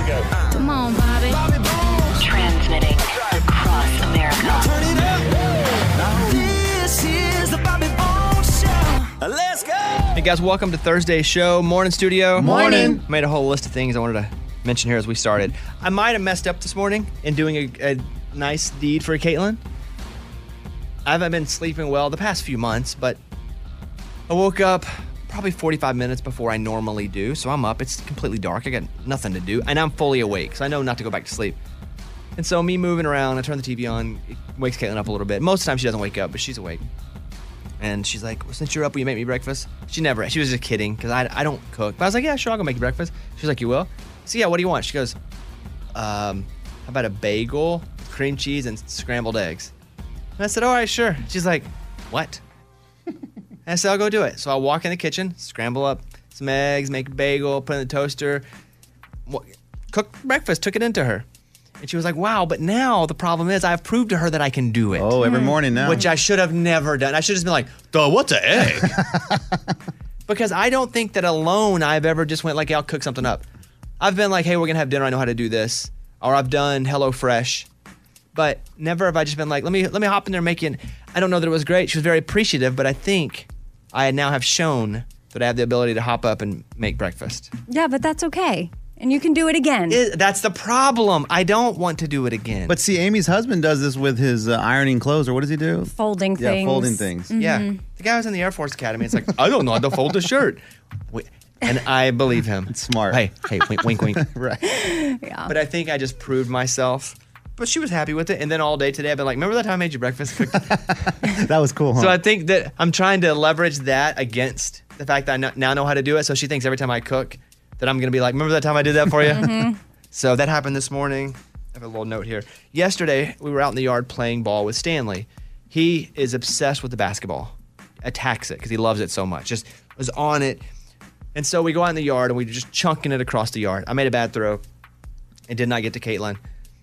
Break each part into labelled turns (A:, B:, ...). A: Come on, Bobby.
B: Transmitting across America.
C: This is the Bobby Bones Show. Let's go.
D: Hey guys, welcome to Thursday's show. Morning, studio.
E: Morning.
D: Made a whole list of things I wanted to mention here as we started. I might have messed up this morning in doing a, a nice deed for Caitlin. I haven't been sleeping well the past few months, but I woke up probably 45 minutes before I normally do. So I'm up. It's completely dark. I got nothing to do, and I'm fully awake, so I know not to go back to sleep. And so me moving around, I turn the TV on, it wakes Caitlin up a little bit. Most of the time she doesn't wake up, but she's awake. And she's like, well, since you're up, will you make me breakfast? She never, she was just kidding because I, I don't cook. But I was like, yeah, sure, I'll go make you breakfast. She's like, you will? So yeah, what do you want? She goes, um, how about a bagel, cream cheese, and scrambled eggs? And I said, all right, sure. She's like, what? and I said, I'll go do it. So I walk in the kitchen, scramble up some eggs, make a bagel, put it in the toaster, wa- cooked breakfast, took it into her. And she was like, wow, but now the problem is I've proved to her that I can do it.
E: Oh, every morning now.
D: Which I should have never done. I should have just been like, duh, what's an egg? because I don't think that alone I've ever just went like, yeah, I'll cook something up. I've been like, hey, we're gonna have dinner. I know how to do this, or I've done HelloFresh, but never have I just been like, let me let me hop in there making. I don't know that it was great. She was very appreciative, but I think I now have shown that I have the ability to hop up and make breakfast.
F: Yeah, but that's okay. And you can do it again.
D: It- that's the problem. I don't want to do it again.
E: But see, Amy's husband does this with his uh, ironing clothes, or what does he do?
F: folding
E: yeah,
F: things. Mm-hmm.
E: folding things.
D: Yeah. The guy was in the Air Force Academy. It's like, I don't know how to fold a shirt. Wait, And I believe him. It's
E: smart.
D: Hey, hey, wink, wink, wink.
E: Right.
D: But I think I just proved myself. But she was happy with it. And then all day today, I've been like, remember that time I made you breakfast? Cooked it?"
E: That was cool, huh?
D: so I think that I'm trying to leverage that against the fact that I no- now know how to do it. So she thinks every time I cook that I'm going to be like, remember that time I did that for you? So that happened this morning. I have a little note here. Yesterday, we were out in the yard playing ball with Stanley. He is obsessed with the basketball, attacks it because he loves it so much. Just was on it. And so we go out in the yard and we're just chunking it across the yard. I made a bad throw and did not get to Caitlin.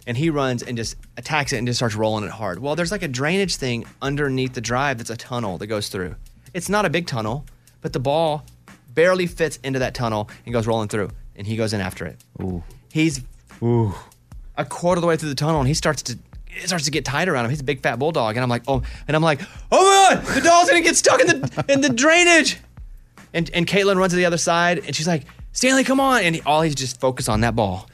D: And he runs and just attacks it and just starts rolling it hard. Well, there's like a drainage thing underneath the drive that's a tunnel that goes through. It's not a big tunnel, but the ball barely fits into that tunnel and goes rolling through. And he goes in after it. He's a quarter of the way through the tunnel and he starts to it starts to get tight around him. He's a big fat bulldog, and I'm like, oh, and I'm like, oh my god, the doll's gonna get stuck in the in the drainage. And and Caitlin runs to the other side, and she's like, Stanley, come on! And he, all he's just focused on that ball,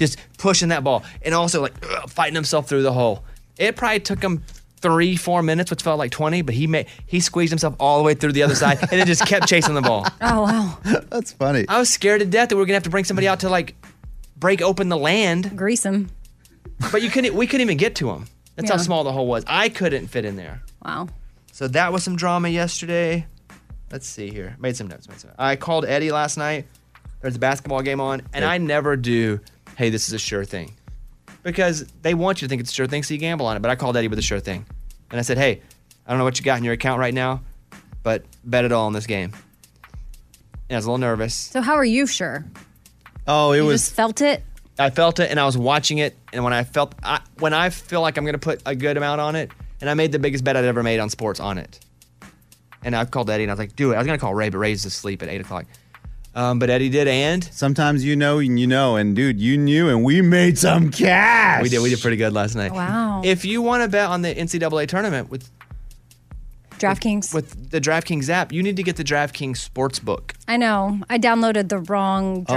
D: just pushing that ball, and also like ugh, fighting himself through the hole. It probably took him three, four minutes, which felt like twenty, but he made he squeezed himself all the way through the other side, and then just kept chasing the ball.
F: Oh wow.
E: That's funny.
D: I was scared to death that we were gonna have to bring somebody out to like break open the land.
F: Grease them.
D: But you couldn't. We couldn't even get to him. That's how
F: Yeah.
D: small the hole was. I couldn't fit in there.
F: Wow.
D: So that was some drama yesterday. Let's see here. Made some notes. Made some. I called Eddie last night. There's a basketball game on, and I never do. Hey, this is a sure thing, because they want you to think it's a sure thing, so you gamble on it. But I called Eddie with a sure thing, and I said, Hey, I don't know what you got in your account right now, but bet it all on this game. And I was a little nervous.
F: So how are you sure?
E: Oh, it
F: You
E: was
F: just felt it?
D: I felt it and I was watching it. And when I felt, I, when I feel like I'm going to put a good amount on it, and I made the biggest bet I'd ever made on sports on it. And I called Eddie and I was like, do it. I was going to call Ray, but Ray's asleep at eight o'clock. Um, but Eddie did, and
E: sometimes you know and you know, and dude, you knew, and we made some cash.
D: we did. We did pretty good last night.
F: Wow.
D: If you want to bet on the NCAA tournament with
F: DraftKings.
D: with the DraftKings app, you need to get the DraftKings Sportsbook.
F: I know. I downloaded the wrong
E: Oh,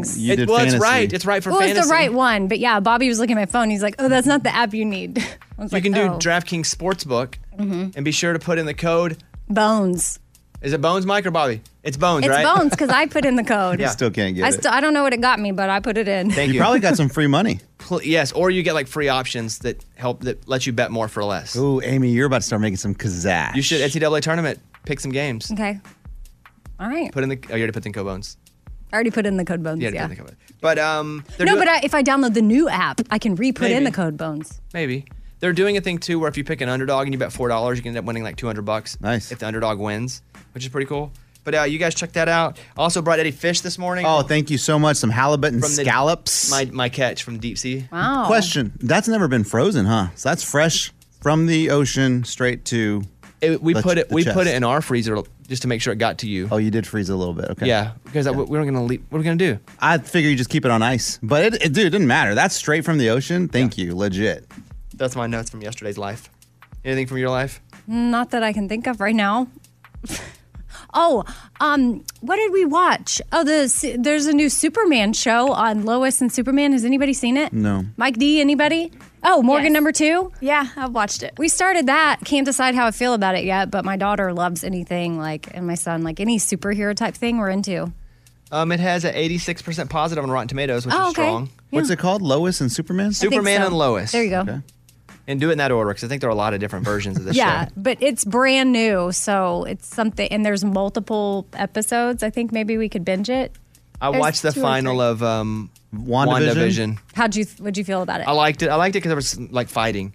F: DraftKings.
E: you
D: It-
E: did
D: well,
E: fantasy.
D: it's right. It's right for
F: well,
D: fantasy.
F: it's the right one, but yeah, Bobby was looking at my phone. He's like, "Oh, that's not the app you need." I was
D: You
F: like,
D: can do
F: oh, Mm-hmm.
D: DraftKings Sportsbook, and be sure to put in the code.
F: bones.
D: Is it Bones, Mike or Bobby? It's Bones,
F: It's
D: right?
F: bones because I put in the code.
D: Yeah.
E: Still can't get
F: I
E: it.
F: still I don't know what it got me, but I put it in.
D: Thank
E: you
D: you.
E: probably got some free money.
D: Pl- yes, or you get like free options that help that let you bet more for less.
E: Ooh, Amy, you're about to start making some kazash.
D: You should NCAA tournament pick some games.
F: okay. All right.
D: Put in the oh, you already put in Cobones.
F: I already put in the code bones.
D: You
F: Yeah.
D: already put in the Cobones. But um, they're
F: No,
D: doing-
F: but I, if I download the new app, I can re-put in
D: Maybe.
F: the code bones.
D: maybe they're doing a thing too where if you pick an underdog and you bet four dollars, you can end up winning like two hundred bucks.
E: Nice.
D: If the underdog wins, which is pretty cool. But uh, you guys check that out. I also brought Eddie Fish this morning.
E: Oh, thank you so much. Some halibut and
D: From the-
E: scallops.
D: my my catch from deep sea.
F: Wow.
E: Question: That's never been frozen, huh? So that's fresh from the ocean straight to.
D: It- we
E: The
D: put
E: ch-
D: it
E: the
D: we put
E: chest.
D: it in our freezer just to make sure it got to you.
E: Oh, you did freeze a little bit. Okay.
D: Yeah, because I, we weren't gonna leave. What are we gonna do?
E: I figure you just keep it on ice. But it, it dude, it didn't matter. That's straight from the ocean. Thank you. Legit.
D: That's my notes from yesterday's life. Anything from your life?
F: Not that I can think of right now. oh, um, what did we watch? Oh, the su- there's a new Superman show on Lois and Superman. Has anybody seen it?
E: No.
F: Mike D. Anybody? Oh, Morgan
A: Yes.
F: number two.
A: Yeah, I've watched it.
F: We started that. Can't decide how I feel about it yet. But my daughter loves anything like, and my son like any superhero type thing. We're into.
D: Um, it has an 86% positive on Rotten Tomatoes, which
F: Oh,
D: is
F: okay.
D: strong.
E: What's it called? Lois and Superman?
F: I think
D: Superman
F: so.
D: and Lois.
F: There you go.
E: Okay.
D: And do it in that order because I think there are a lot of different versions of this
F: Yeah,
D: show.
F: but it's brand new, so it's something. And there's multiple episodes. I think maybe we could binge it.
D: I
F: There's
D: watched the
F: two or
D: final
F: three.
D: of um,
E: WandaVision?
F: How'd you? Would you feel about it?
D: I liked it. I liked it because there was like fighting.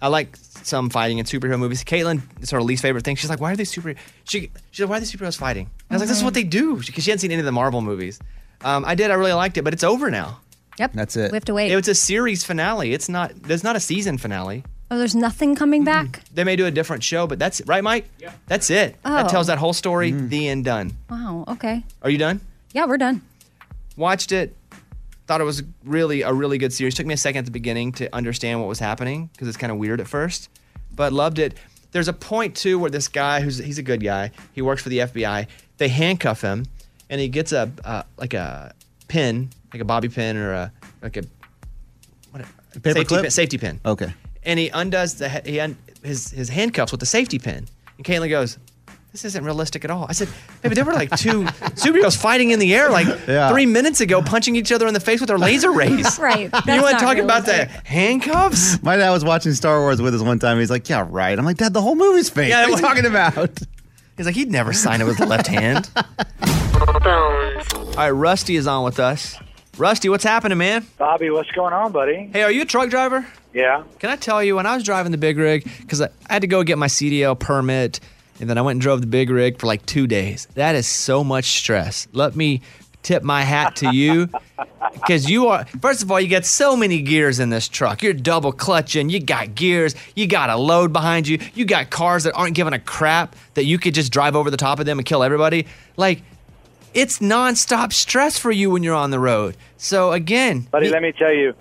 D: I like some fighting in superhero movies. Caitlin, it's her least favorite thing. She's like, why are these super? She she's like, why are these superheroes fighting? And I was like, this is what they do because she hadn't seen any of the Marvel movies. Um, I did. I really liked it, but it's over now.
F: Yep.
E: That's it.
F: We have to wait.
D: It was a series finale. It's not. There's not a season finale.
F: oh, there's nothing coming back.
D: They may do a different show, but that's right, Mike. Yeah. That's it. That
F: Oh.
D: tells that whole story. The end. Done.
F: Wow. Okay.
D: Are you done?
F: Yeah, we're done.
D: watched it thought it was really a really good series took me a second at the beginning to understand what was happening because it's kind of weird at first but loved it there's a point too where this guy who's he's a good guy he works for the fbi they handcuff him and he gets a uh, like a pin like a bobby pin or a like a what a,
E: paper
D: safety,
E: clip?
D: pin, safety pin
E: Okay.
D: and he undoes the he un, his his handcuffs with the safety pin. And Caitlin goes, "This isn't realistic at all." I said, "Baby, there were like two superheroes fighting in the air like
E: Yeah.
D: three minutes ago, punching each other in the face with their laser rays."
F: Right. That's
D: you want
F: not
D: to talk about the
F: realistic.
D: handcuffs?
E: My dad was watching Star Wars with us one time. He's like, "Yeah, right." I'm like, "Dad, the whole movie's fake."
D: Yeah,
E: what are you
D: it
E: talking about?
D: He's like, he'd never sign it with the left hand. All right, Rusty is on with us. Rusty, what's happening, man?
G: Bobby, what's going on, buddy?
D: Hey, are you a truck driver?
G: Yeah.
D: Can I tell you, when I was driving the big rig, because I I had to go get my CDL permit, and then I went and drove the big rig for like two days. That is so much stress. Let me tip my hat to you, because you are, first of all, you got so many gears in this truck. You're double clutching, you got gears, you got a load behind you, you got cars that aren't giving a crap that you could just drive over the top of them and kill everybody. Like, it's nonstop stress for you when you're on the road. So, again,
G: Buddy,
D: be-
G: let me tell you.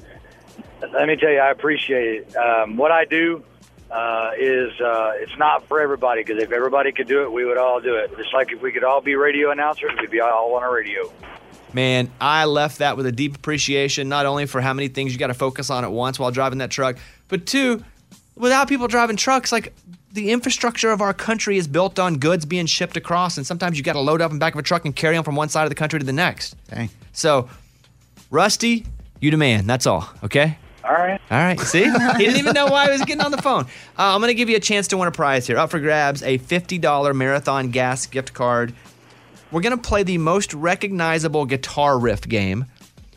G: Let me tell you, I appreciate it. Um, what I do uh, is uh, it's not for everybody because if everybody could do it, we would all do it. Just like if we could all be radio announcers, we'd be all on a radio.
D: Man, I left that with a deep appreciation, not only for how many things you got to focus on at once while driving that truck, but two, without people driving trucks, like the infrastructure of our country is built on goods being shipped across, and sometimes you got to load up in back of a truck and carry them from one side of the country to the next.
E: Dang.
D: So, Rusty, you the man. That's all. Okay.
G: All right.
D: All right. See, he didn't even know why he was getting on the phone. Uh, I'm going to give you a chance to win a prize here. Up for grabs a $50 Marathon Gas gift card. We're going to play the most recognizable guitar riff game,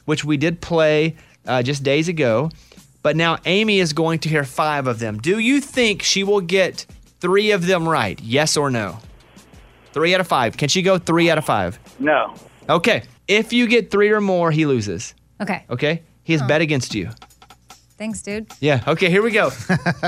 D: which we did play uh, just days ago. But now Amy is going to hear five of them. Do you think she will get three of them right? Yes or no? Three out of five. Can she go three out of five?
G: No.
D: Okay. If you get three or more, he loses.
F: Okay.
D: Okay. He has bet against you.
F: Thanks, dude.
D: Yeah. Okay, here we go.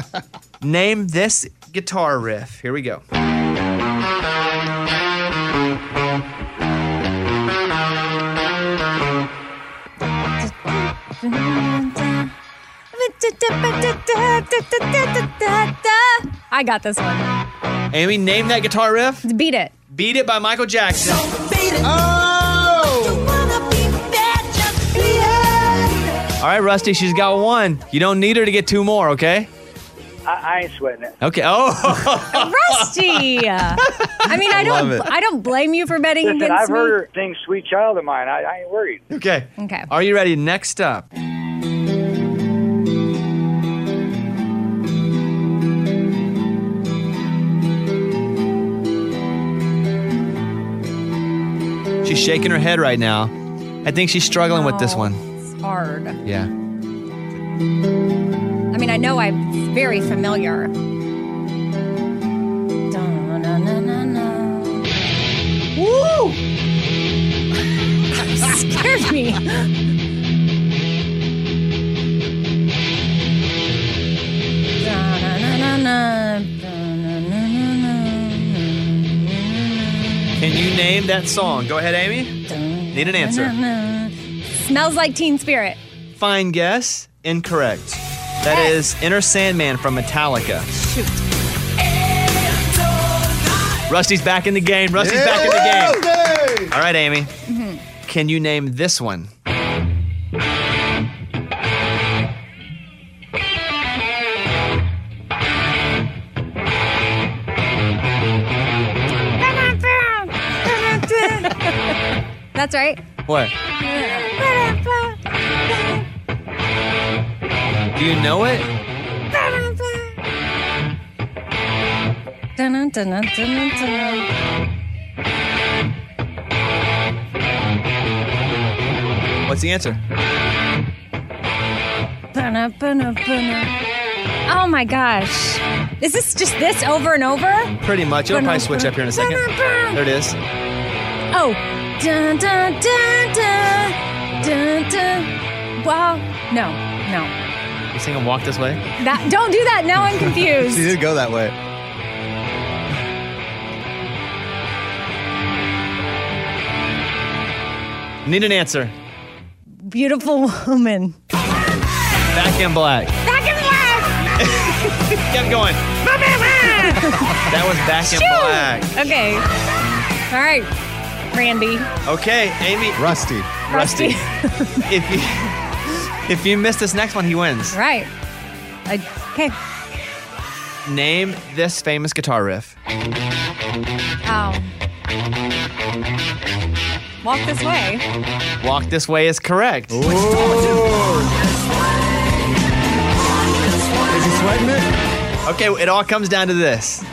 D: Name this guitar riff. Here we go.
C: Oh.
F: I got this one.
D: Amy, name that guitar riff.
F: Beat it.
D: Beat It by Michael Jackson.
E: Oh,
D: All right, Rusty, she's got one. You don't need her to get two more, okay?
G: I, I ain't sweating it.
D: Okay. Oh,
F: Rusty. I mean, I
E: love
F: don't.
E: it.
F: I don't blame you for betting
G: Listen,
F: against
G: I've
F: me.
G: heard her sing Sweet Child of Mine. I, I ain't worried.
D: okay.
F: Okay.
D: Are you ready? Next up. She's shaking her head right now. I think she's struggling with this
F: Oh,
D: one.
F: It's hard.
D: Yeah.
F: I mean, I know I'm very familiar. Woo! scared me.
D: name that song. Go ahead, Amy. Need an answer.
F: Smells like Teen Spirit.
D: Fine guess. Incorrect. That is Inner Sandman from Metallica. Rusty's back in the game. Rusty's back in the game. All right, Amy. Can you name this one?
F: That's right.
D: What? Do you know it?
F: Dun, dun, dun, dun, dun, dun.
D: What's the answer?
F: Ba-na, ba-na, ba-na. Oh my gosh. Is this just this over and over?
D: Pretty much. It'll probably switch up here in a second. There it is.
F: Oh. Dun, dun, dun, dun, dun, dun. Wow. No, no.
D: You singing Walk This Way?
F: That, don't do that. Now I'm
E: She
F: confused.
E: did go that way.
D: Need an answer.
F: Beautiful woman.
D: Back in black.
F: Back in black.
D: Kept going. That was back in black.
F: Okay. All right. Randy.
D: Okay, Amy.
E: Rusty.
D: Rusty. If you if you miss this next one, he wins.
F: right. I, okay.
D: Name this famous guitar riff.
F: Ow. Um, Walk this way.
D: Walk This Way is correct.
E: Is he sweating it?
D: Okay, it all comes down to this.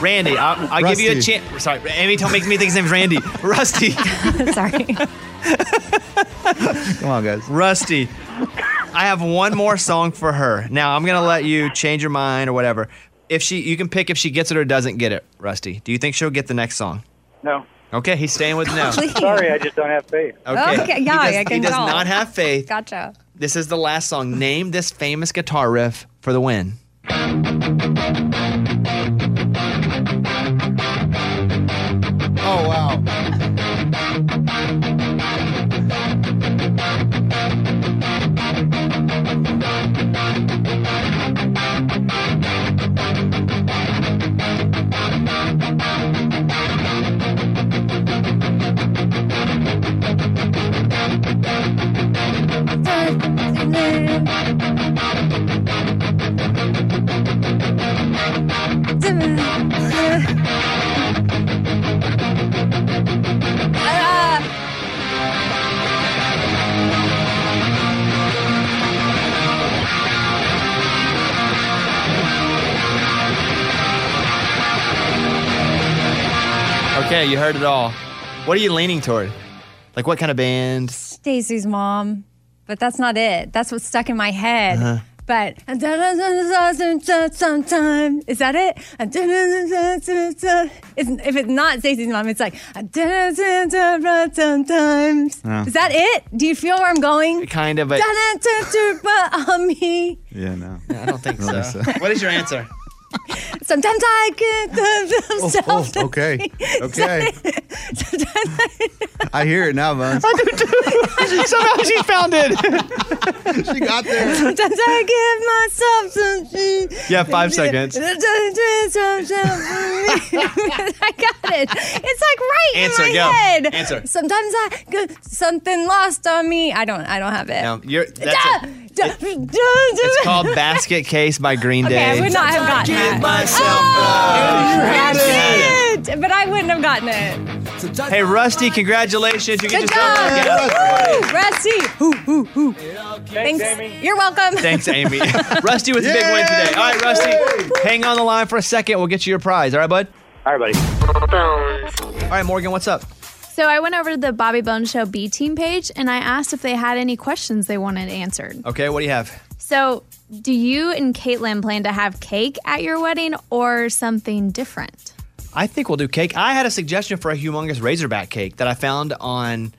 D: Randy, I'll, I'll give you a
E: Rusty.
D: chance. Sorry, Amy, don't make me think his name's Randy. Rusty.
F: Sorry.
E: Come on, guys.
D: Rusty, I have one more song for her. Now I'm gonna let you change your mind or whatever. If she, you can pick if she gets it or doesn't get it. Rusty, do you think she'll get the next song?
G: No.
D: Okay, he's staying with no.
F: Please.
G: Sorry, I just don't have faith.
D: Okay,
F: Okay,
D: He
F: yeah,
D: does,
F: I
D: he
F: can
D: does
F: tell.
D: not have faith.
F: Gotcha.
D: This is the last song. Name this famous guitar riff for the win.
E: Oh wow.
D: Okay, you heard it all. What are you leaning toward? Like what kind of band?
F: Stacy's mom, but that's not it. That's what's stuck in my head.
D: Uh-huh.
F: But sometime is that it? It's- if it's not Stacy's mom, it's like sometimes. Is that it? Do you feel where I'm going?
D: Kind of, but
F: on me.
E: Yeah, no.
D: I don't think
E: I
D: so.
E: don't think
D: What is your answer?
F: Sometimes I get myself.
E: Oh, okay. Okay. I hear it now, Vance.
D: Somehow she found it.
E: She got there.
F: Sometimes I give myself some.
D: Yeah, five seconds.
F: I got it. It's like right
D: Answer,
F: in my
D: go.
F: head.
D: Answer.
F: Sometimes I get something lost on me. I don't. I don't have it.
D: No, you're. That's
F: Duh,
D: it.
F: duh, duh,
D: It's
F: duh.
D: called Basket Case by Green
F: Okay,
D: Day.
F: I would not have gotten it. Oh,
D: Oh,
F: I did, but I wouldn't have gotten it.
D: Hey, Rusty, congratulations. You get
F: Good
D: yourself
F: job.
D: a gift.
F: Woo, Rusty. Hoo, hoo, hoo. Thanks. You're welcome.
D: Thanks, Amy. Rusty was a big win today. All right, Rusty, hang on the line for a second. We'll get you your prize. All right, bud?
G: All right, buddy.
D: All right, Morgan, what's up?
A: So I went over to the Bobby Bones Show B Team page and I asked if they had any questions they wanted answered.
D: Okay, what do you have?
A: So, do you and Caitlin plan to have cake at your wedding or something different?
D: I think we'll do cake. I had a suggestion for a humongous Razorback cake that I found on,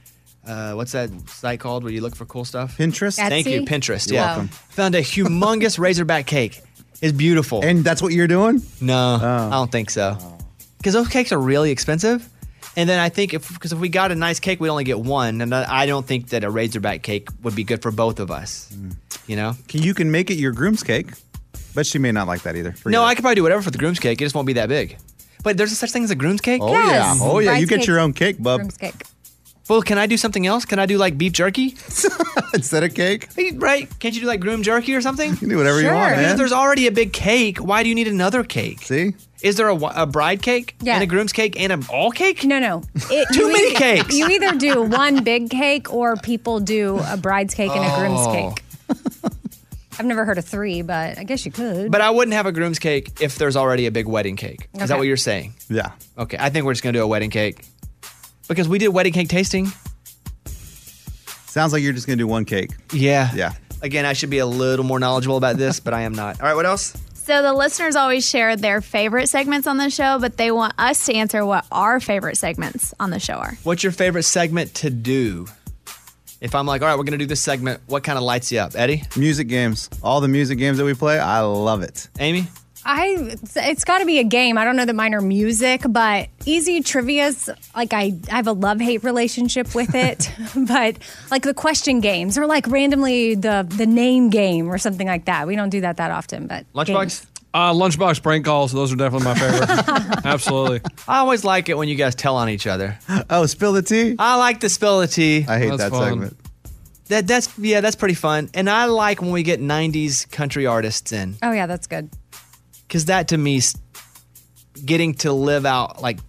D: uh, what's that site called where you look for cool stuff?
E: Pinterest.
F: That's-
D: Thank you,
F: Etsy?
D: Pinterest.
E: You're
D: yeah.
E: welcome.
D: Found a humongous Razorback cake. It's beautiful.
E: and that's what you're doing?
D: No, I don't think so. Because those cakes are really expensive. And then I think if because if we got a nice cake, we'd only get one, and I I don't think that a Razorback cake would be good for both of us. You know?
E: You can make it your groom's cake, but she may not like that either. Forget
D: No,
E: it.
D: I could probably do whatever for the groom's cake. It just won't be that big. But there's a such thing as a groom's cake.
E: Oh yeah, oh yeah. You get your own cake, bub.
F: Groom's cake.
D: Well, can I do something else? Can I do like beef jerky?
E: Instead of cake,
D: Hey, Right? Can't you do like groom jerky or something?
E: you can do whatever
F: Sure.
E: you want,
D: Because
E: man.
D: there's already a big cake. Why do you need another cake?
E: See,
D: Is there a, wi- a bride cake
F: Yeah.
D: and a groom's cake and an all cake?
F: No, no. It,
D: Too
F: you
D: many
F: either-
D: cakes.
F: You either do one big cake or people do a bride's cake and a groom's
D: Oh.
F: cake. I've never heard of three, but I guess you could.
D: But I wouldn't have a groom's cake if there's already a big wedding cake. Is that
F: Okay.
D: what you're saying?
E: yeah.
D: Okay, I think we're just gonna do a wedding cake because we did wedding cake tasting.
E: Sounds like you're just gonna do one cake.
D: Yeah,
E: Yeah.
D: Again, I should be a little more knowledgeable about this, but I am not. All right, what else?
A: So the listeners always share their favorite segments on the show, but they want us to answer what our favorite segments on the show are.
D: What's your favorite segment to do? If I'm like, all right, we're gonna do this segment. What kind of lights you up, Eddie?
E: Music games, all the music games that we play, I love it.
D: Amy?
F: I it's got to be a game. I don't know that mine are music, but easy trivia's like I, I have a love hate relationship with it. but like the question games or like randomly the the name game or something like that. We don't do that that often, but games.
D: Lunchbox?
H: Uh, lunchbox prank calls. Those are definitely my favorite. Absolutely.
D: I always like it when you guys tell on each other.
E: Oh, spill the tea.
D: I like the spill of tea.
E: I hate
H: That's
E: that
H: fun.
E: segment.
D: That that's yeah, that's pretty fun. And I like when we get '90s country artists in,
F: Oh yeah, that's good.
D: because that to me, s- getting to live out like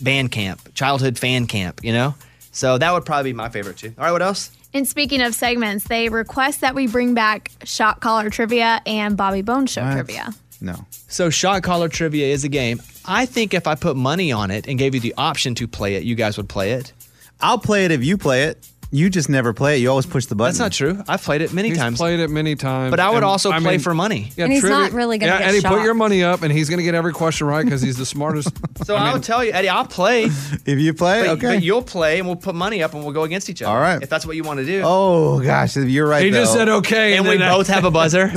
D: band camp, childhood fan camp, you know. So that would probably be my favorite too. All right, what else?
A: And speaking of segments, they request that we bring back shot caller trivia and Bobby Bones show trivia.
E: No.
D: So shot caller trivia is a game. I think if I put money on it and gave you the option to play it, you guys would play it.
E: I'll play it if you play it. You just never play it. You always push the button.
D: That's not true. I've played it many
H: He's
D: times.
H: played it many times.
D: But I would
H: and,
D: also play
H: mean,
D: for money.
H: Yeah,
F: And he's
H: trivia-
F: not really gonna
H: Yeah,
F: get
H: Eddie, put
F: shot.
H: your money up, and he's going to get every question right because he's the smartest.
D: So I will tell you, Eddie, I'll play,
E: If you play,
D: but,
E: okay.
D: but you'll play, and we'll put money up, and we'll go against each other.
E: All right.
D: if that's what you want to do.
E: oh gosh, you're right.
H: he just
E: though.
H: said okay,
D: and we
H: then I-
D: both have a buzzer.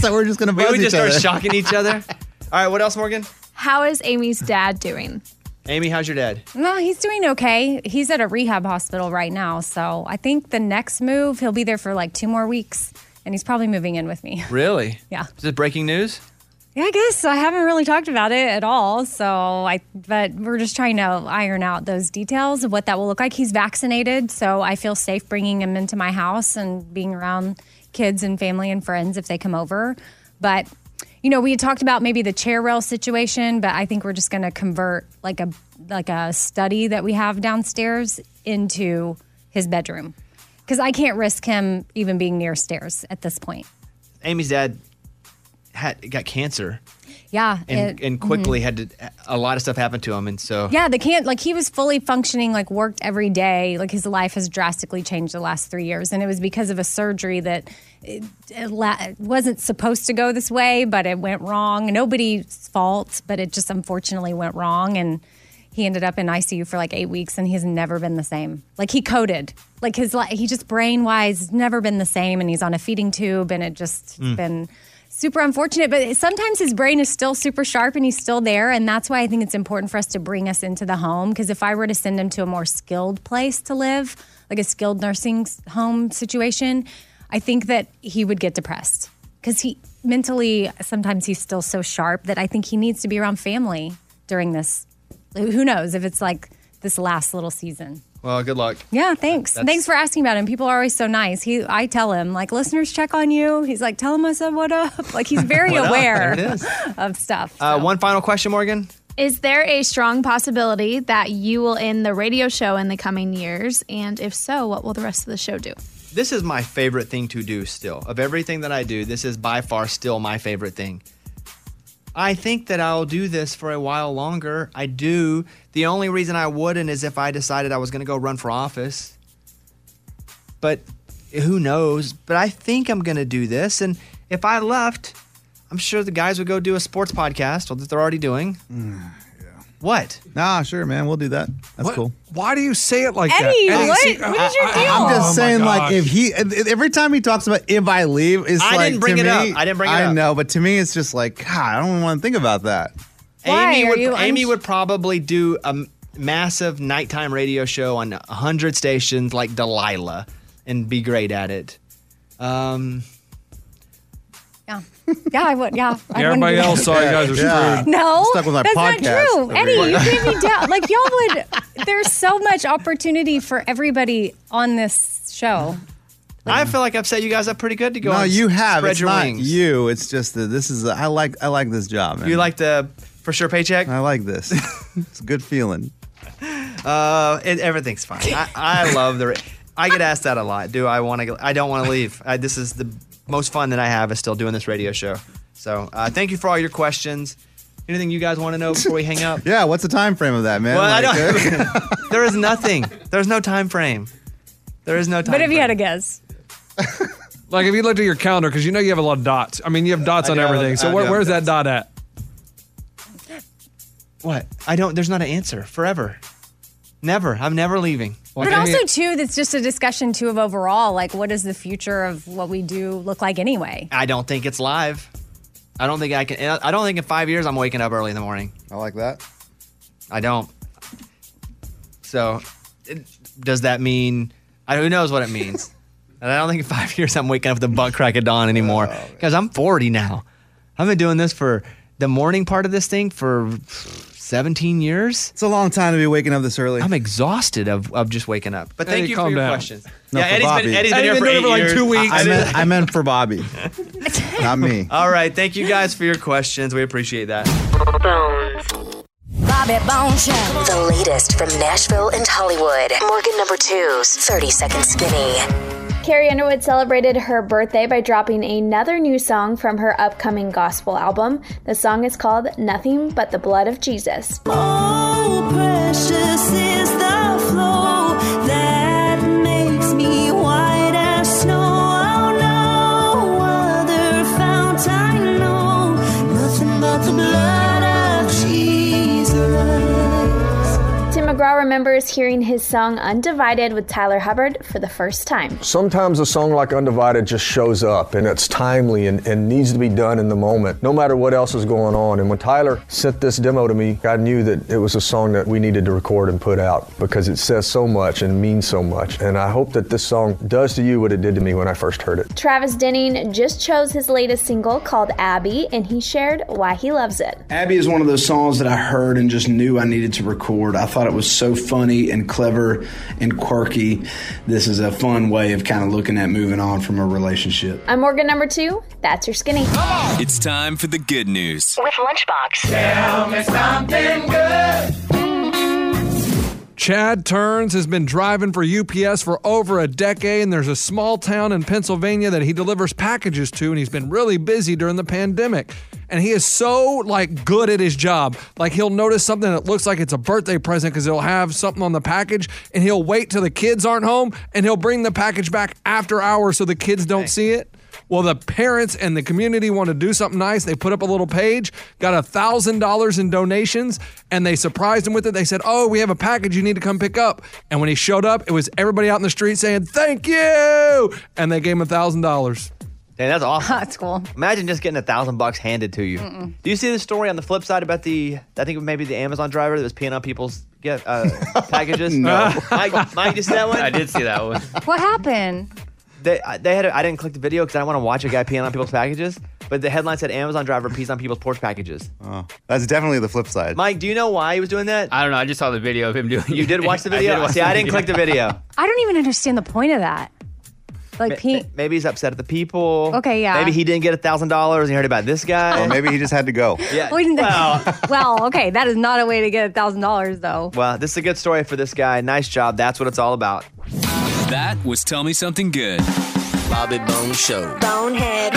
E: So we're just gonna
D: we
E: buzz
D: would
E: each
D: just start
E: other.
D: shocking each other. All right, what else, Morgan?
A: How is Amy's dad doing?
D: Amy, how's your dad?
F: No, he's doing okay. He's at a rehab hospital right now, so I think the next move he'll be there for like two more weeks, and he's probably moving in with me.
D: Really?
F: Yeah.
D: Is this breaking news?
F: Yeah, I guess I haven't really talked about it at all. So I, but we're just trying to iron out those details of what that will look like. He's vaccinated, so I feel safe bringing him into my house and being around kids and family and friends if they come over. But you know, we had talked about maybe the chair rail situation, but I think we're just going to convert like a like a study that we have downstairs into his bedroom because I can't risk him even being near stairs at this point.
D: Amy's dad had got cancer
F: Yeah,
D: and,
F: it- mm-hmm.
D: and quickly had to, a lot of stuff happened to him, and so
F: Yeah, they can't. Like he was fully functioning, like worked every day. Like his life has drastically changed the last three years, and it was because of a surgery that it, it la- it wasn't supposed to go this way, but it went wrong. Nobody's fault, but it just unfortunately went wrong, and he ended up in ICU for like eight weeks, and he's never been the same. Like he coded, like his li- he just brain wise never been the same, and he's on a feeding tube, and it just been super unfortunate but sometimes his brain is still super sharp and he's still there and that's why i think it's important for us to bring us into the home because if i were to send him to a more skilled place to live like a skilled nursing s- home situation i think that he would get depressed because he mentally sometimes he's still so sharp that i think he needs to be around family during this who who knows if it's like this last little season
D: well, good luck.
F: yeah, thanks.
D: That's-
F: Thanks for asking about him. People are always so nice. He, I tell him like listeners check on you. He's like, tell him I said what up. Like he's very
D: What up?
F: aware
D: There it is.
F: of stuff.
D: Uh,
F: so.
D: one final question, Morgan.
A: Is there a strong possibility that you will end the radio show in the coming years? And if so, what will the rest of the show do?
D: This is my favorite thing to do. Still, of everything that I do, this is by far still my favorite thing. I think that I'll do this for a while longer. I do. The only reason I wouldn't is if I decided I was going to go run for office. But who knows? But I think I'm going to do this. And if I left, I'm sure the guys would go do a sports podcast or that they're already doing. What?
E: Mm, Nah, sure, man. We'll do that. That's
H: What-
E: cool.
H: Why do you say it like
F: Eddie,
H: that?
F: what-
H: see,
F: what is your
H: I- I-
F: deal?
E: I'm
H: oh
E: just
H: my
E: saying, like,
H: gosh.
E: if he, every time he talks about if I leave, it's
D: I
E: like
D: didn't bring
E: to
D: it
E: me-
D: up. I didn't bring it
E: I
D: up.
E: know, but to me, it's just like, God, I don't want to think about that.
F: Why
D: Amy
F: are
D: would
F: you
D: Amy
F: uns-
D: would probably do um massive nighttime radio show on 100 stations like Delilah and be great at it. Um,
F: Yeah. Yeah, I would. Yeah. I
D: Yeah,
F: wouldn't
D: everybody
F: do that.
D: else saw you guys are
E: Yeah.
D: screwed.
F: No,
E: Stuck with my
F: that's
E: podcast
F: not true.
E: over
F: Eddie,
E: here.
F: you gave me down. Like y'all would. There's so much opportunity for everybody on this show.
D: I feel like I've set you guys up pretty good to go.
E: No,
D: and
E: you have.
D: Spread
E: It's
D: your
E: not
D: wings.
E: you. It's just that this is. A, I like. I like this job. Man.
D: You like the for sure paycheck?
E: I like this. it's a good feeling.
D: Uh, it, everything's fine. I, I love the. ra- I get asked that a lot. Do I want to? I don't want to leave. I, this is the most fun that I have is still doing this radio show. So uh, thank you for all your questions. Anything you guys want to know before we hang up?
E: Yeah. What's the time frame of that, man?
D: Well, I
E: Like, uh,
D: don't. there is nothing. There's no time frame. There is no time.
F: But if you
D: frame.
F: had a guess,
H: Like if you looked at your calendar, because you know you have a lot of dots. I mean, you have dots
D: I
H: on
D: do have a lot-
H: everything.
D: I
H: So
D: do
H: where,
D: have
H: where's that dot at?
D: what? I don't. There's not an answer. Forever. Never. I'm never leaving.
F: but
H: Like, I mean-
F: also too, that's just a discussion too of overall, like what does the future of what we do look like anyway?
D: I don't think it's live. I don't think I can. and I don't think in five years I'm waking up early in the morning.
E: I like that.
D: I don't. So, it, does that mean? I who knows what it means. and I don't think in five years I'm waking up at the butt crack of dawn anymore
E: Oh,
D: because I'm 40 now. I've been doing this for the morning part of this thing for 17 years.
E: It's a long time to be waking up this early.
D: I'm exhausted of, of just waking up. But thank
H: Eddie,
D: you for
H: calm
D: your
H: down.
D: questions.
E: No, for
D: Eddie's been,
E: Bobby.
D: Eddie's been
H: Eddie's
D: here
H: been
D: for,
H: doing
D: eight
H: it for like
D: years.
H: two weeks.
E: I meant. I meant for Bobby, not me.
D: All right, thank you guys for your questions. We appreciate that.
B: Bones.
I: Bobby Bone Show.
B: The latest from Nashville and Hollywood. Morgan number two's 30 Second Skinny.
J: Carrie Underwood celebrated her birthday by dropping another new song from her upcoming gospel album. The song is called Nothing But the Blood of Jesus.
C: Oh, precious is the flow that makes me white as snow. Oh, no other fount I know. Nothing but the blood of Jesus.
J: Tim McGraw remembers hearing his song Undivided with Tyler Hubbard for the first time.
K: Sometimes a song like Undivided just shows up and it's timely and, and needs to be done in the moment, no matter what else is going on. And when Tyler sent this demo to me, I knew that it was a song that we needed to record and put out because it says so much and means so much. And I hope that this song does to you what it did to me when I first heard it.
J: Travis Denning just chose his latest single called Abby, and he shared why he loves it.
K: Abby is one of those songs that I heard and just knew I needed to record. I thought it was so funny and clever and quirky. This is a fun way of kind of looking at moving on from a relationship.
J: I'm Morgan number two. That's your skinny.
C: It's time for the good news.
B: With Lunchbox.
H: Chad Turns has been driving for UPS for over a decade, and there's a small town in Pennsylvania that he delivers packages to, and he's been really busy during the pandemic. And he is so like good at his job. Like he'll notice something that looks like it's a birthday present because he'll have something on the package, and he'll wait till the kids aren't home, and he'll bring the package back after hours so the kids don't see it. Well, the parents and the community want to do something nice. They put up a little page, got a thousand dollars in donations, and they surprised him with it. They said, "Oh, we have a package you need to come pick up." And when he showed up, it was everybody out in the street saying, "Thank you!" And they gave him a thousand dollars.
D: Dang, that's awesome.
F: That's cool.
D: Imagine just getting a thousand bucks handed to you. Do you see the story on the flip side about the? I think maybe the Amazon driver that was peeing on people's get uh, packages. Uh, no, Mike, Mike, you see that one? I did see that one.
F: What happened?
D: They, I- they had. A, I didn't click the video because I want to watch a guy peeing on people's packages. But the headline said Amazon driver pees on people's porch packages.
E: Oh, That's definitely the flip side.
D: Mike, do you know why he was doing that?
L: I don't know. I just saw the video of him doing.
D: you did watch the video. see, I didn't click the video.
F: I don't even understand the point of that. Like,
D: Ma-
F: Pete,
D: Maybe he's upset at the people.
F: Okay, yeah.
D: oh, Maybe he didn't get a thousand dollars and he heard about this guy.
E: Or maybe he just had to go.
D: yeah.
F: We didn't-
D: Well,
F: well, okay, that is not a way to get a thousand dollars though.
D: well, this is a good story for this guy. Nice job. That's what it's all about.
C: That was Tell Me Something Good.
L: Bobby Bone Show.
I: Bonehead.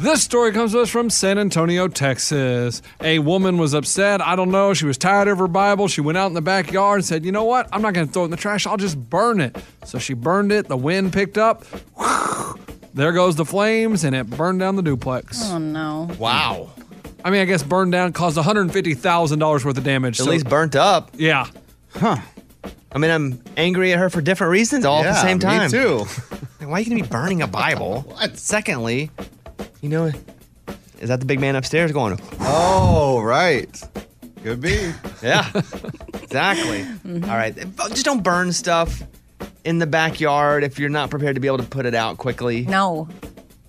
H: This story comes to us from San Antonio, Texas. A woman was upset. I don't know. She was tired of her Bible. She went out in the backyard and said, You know what? I'm not going to throw it in the trash. I'll just burn it. So she burned it. The wind picked up. There goes the flames, and it burned down the duplex.
F: Oh no.
D: Wow.
H: I mean, I guess burned down caused $150,000 worth of damage.
D: At least burnt up.
H: yeah.
D: I mean, I'm angry at her for different reasons all at the
E: Yeah,
D: same time.
E: Me too.
D: Like, Why are you going to be burning a Bible? Secondly, you know, is that the big man upstairs going,
E: Oh, right. Could be.
D: yeah. Exactly.
E: Mm-hmm.
D: All right. But Just don't burn stuff in the backyard if you're not prepared to be able to put it out quickly.
F: No.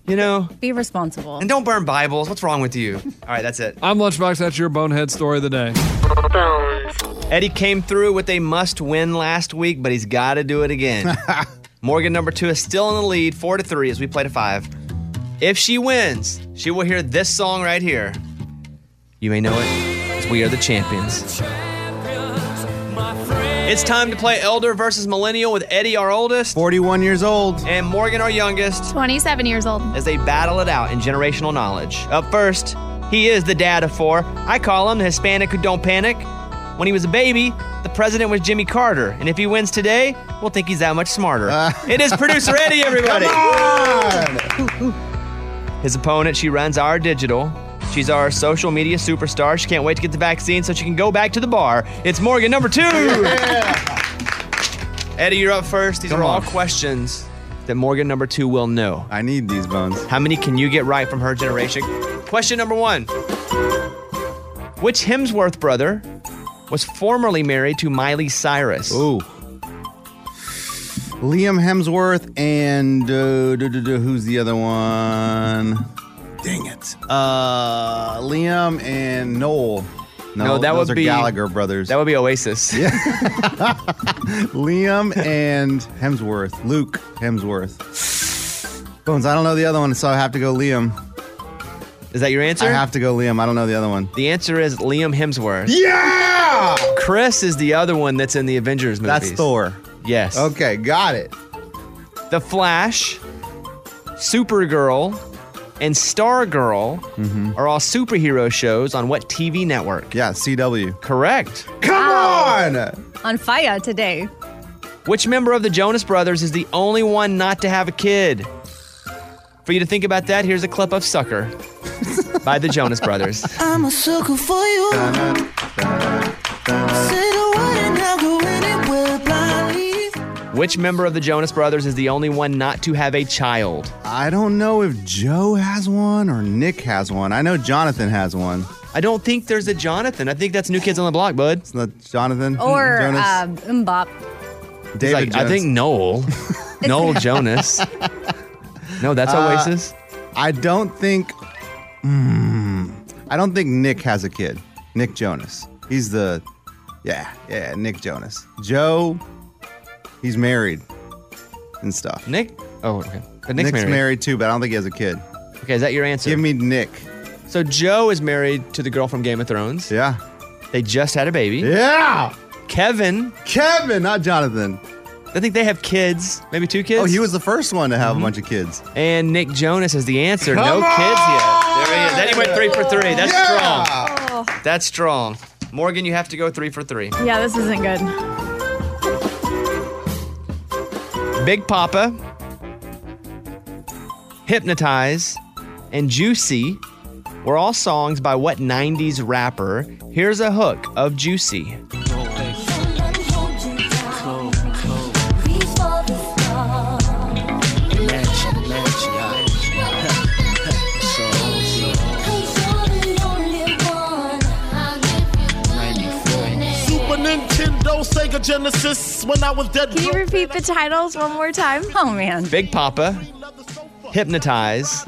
D: You know?
F: Be responsible.
D: And don't burn Bibles. What's wrong with you? All right, that's it.
H: I'm Lunchbox. That's your bonehead story of the day.
D: Eddie came through with a must win last week, but he's got to do it again. Morgan, number two, is still in the lead, four to three, as we play to five. If she wins, she will hear this song right here. You may know it as We Are the Champions. It's time to play Elder versus Millennial with Eddie, our oldest,
E: 41 years old,
D: and Morgan, our youngest,
A: 27 years old.
D: as they battle it out in generational knowledge. Up first, he is the dad of four. I call him the Hispanic who don't panic. When he was a baby, the president was Jimmy Carter, and if he wins today, we'll think he's that much smarter. it is producer Eddie, everybody. His opponent, she runs our digital. She's our social media superstar. She can't wait to get the vaccine so she can go back to the bar. It's Morgan, number two. Eddie, you're up first. These are all questions that Morgan, number two, will know.
E: I need these bones.
D: How many can you get right from her generation? Question number one Which Hemsworth brother was formerly married to Miley Cyrus?
E: Ooh. Liam Hemsworth and uh, duh, duh, duh, who's the other one? Dang it. Uh, Liam and Noel. No,
D: No, that
E: those
D: would
E: are
D: be-
E: Gallagher brothers. That
D: would be Oasis.
E: Yeah. Liam and Hemsworth. Luke Hemsworth. Bones, I don't know the other one, so I have to go Liam.
D: Is that your answer?
E: I have to go Liam. I don't know the other one.
D: The answer is Liam Hemsworth.
E: Yeah!
D: Chris is the other one that's in the Avengers movies.
E: That's Thor.
D: Yes.
E: Okay, got it.
D: The Flash, Supergirl, and Stargirl are all superhero shows on what TV network?
E: Mm-hmm. Yeah, CW.
D: Correct.
E: Come on!
F: On fire today.
D: Which member of the Jonas Brothers is the only one not to have a kid? For you to think about that, here's a clip of Sucker by the Jonas Brothers.
C: I'm a sucker for you. Say the word and I'll go anywhere blindly.
D: Which member of the Jonas Brothers is the only one not to have a child?
E: I don't know if Joe has one or Nick has one. I know Jonathan has one.
D: I don't think there's a Jonathan. I think that's New Kids on the Block, bud.
E: It's not
D: Mm-hmm.
E: Jonathan. Hmm,
F: Or
E: Jonas.
F: uh, Mbop.
E: David
D: He's like, I
E: Jonas.
D: think Noel. Noel Jonas. No, that's
E: Uh,
D: Oasis.
E: I don't think. Hmm. I don't think Nick has a kid. Nick Jonas. He's the. Yeah, yeah, Nick Jonas. Joe, he's married and stuff.
D: Nick? Oh, okay. But Nick's married.
E: too, but I don't think he has a kid.
D: Okay, is that your answer?
E: Give me Nick.
D: So Joe is married to the girl from Game of Thrones.
E: Yeah.
D: They just had a baby.
E: Yeah.
D: Kevin.
E: Kevin, not Jonathan.
D: I think they have kids, maybe two kids.
E: Oh, he was the first one to have a bunch of kids.
D: Mm-hmm. And Nick Jonas is the answer.
E: Come
D: no
E: on!
D: kids yet. There he is. Then he went three for three. That's
E: Yeah!
D: strong. That's strong. Morgan, you have to go three for three.
A: Oh. Yeah, this isn't good.
D: Big Papa, Hypnotize, and Juicy were all songs by what 90s rapper? Here's a hook of Juicy.
M: Super Nintendo, Sega Genesis. When I was dead,
A: Can you repeat the titles one more time?
F: Oh, man.
D: Big Papa, Hypnotize,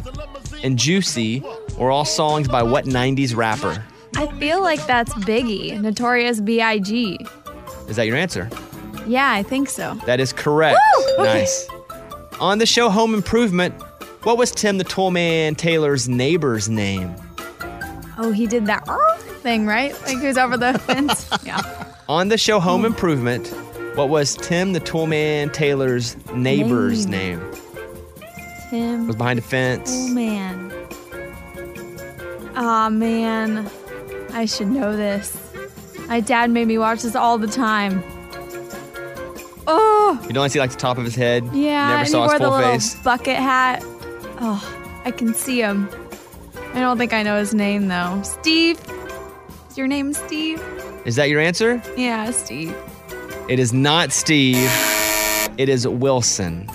D: and Juicy were all songs by what 90s rapper?
A: I feel like that's Biggie, Notorious B.I.G.
D: Is that your answer?
A: Yeah, I think so.
D: That is correct.
A: Woo! Okay.
D: Nice. On the show Home Improvement, what was Tim the Toolman Taylor's neighbor's name?
A: Oh, he did that "Arr" thing, right? Like he was over the fence. Yeah.
D: On the show Home Improvement, what was Tim the Toolman Taylor's neighbor's name?
A: Name.
D: It
A: Tim.
D: was behind a fence.
A: Oh man. Oh man. I should know this. My dad made me watch this all the time. Oh
D: You'd only see like the top of his head.
A: yeah.
D: Never
A: and
D: saw
A: he wore
D: his
A: the
D: full
A: little
D: face.
A: bucket hat. Oh, I can see him. I don't think I know his name though. Steve. Is your name Steve?
D: Is that your answer?
A: Yeah, Steve.
D: It is not Steve. It is Wilson. Uh,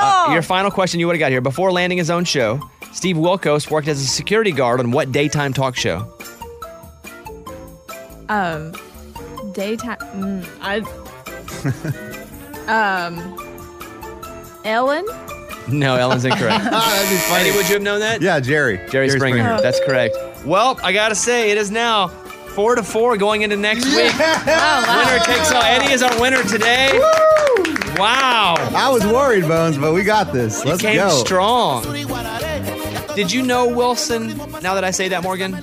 A: Oh,
D: your final question you would have got here. Before landing his own show, Steve Wilkos worked as a security guard on what daytime talk show?
A: Um, daytime. Mm, I. um. Ellen.
D: No, Ellen's incorrect.
A: That'd
D: Ah, be funny. would you have known that?
E: Yeah, Jerry.
D: Jerry, Springer.
A: Springer.
D: That's correct. Well, I gotta say, it is now four to four going into next week.
E: Oh,
D: Winner takes all. Eddie is our winner today. Wow.
E: I was worried, Bones, but we got this. Let's
D: came
E: go.
D: strong. Did you know Wilson? Now that I say that, Morgan,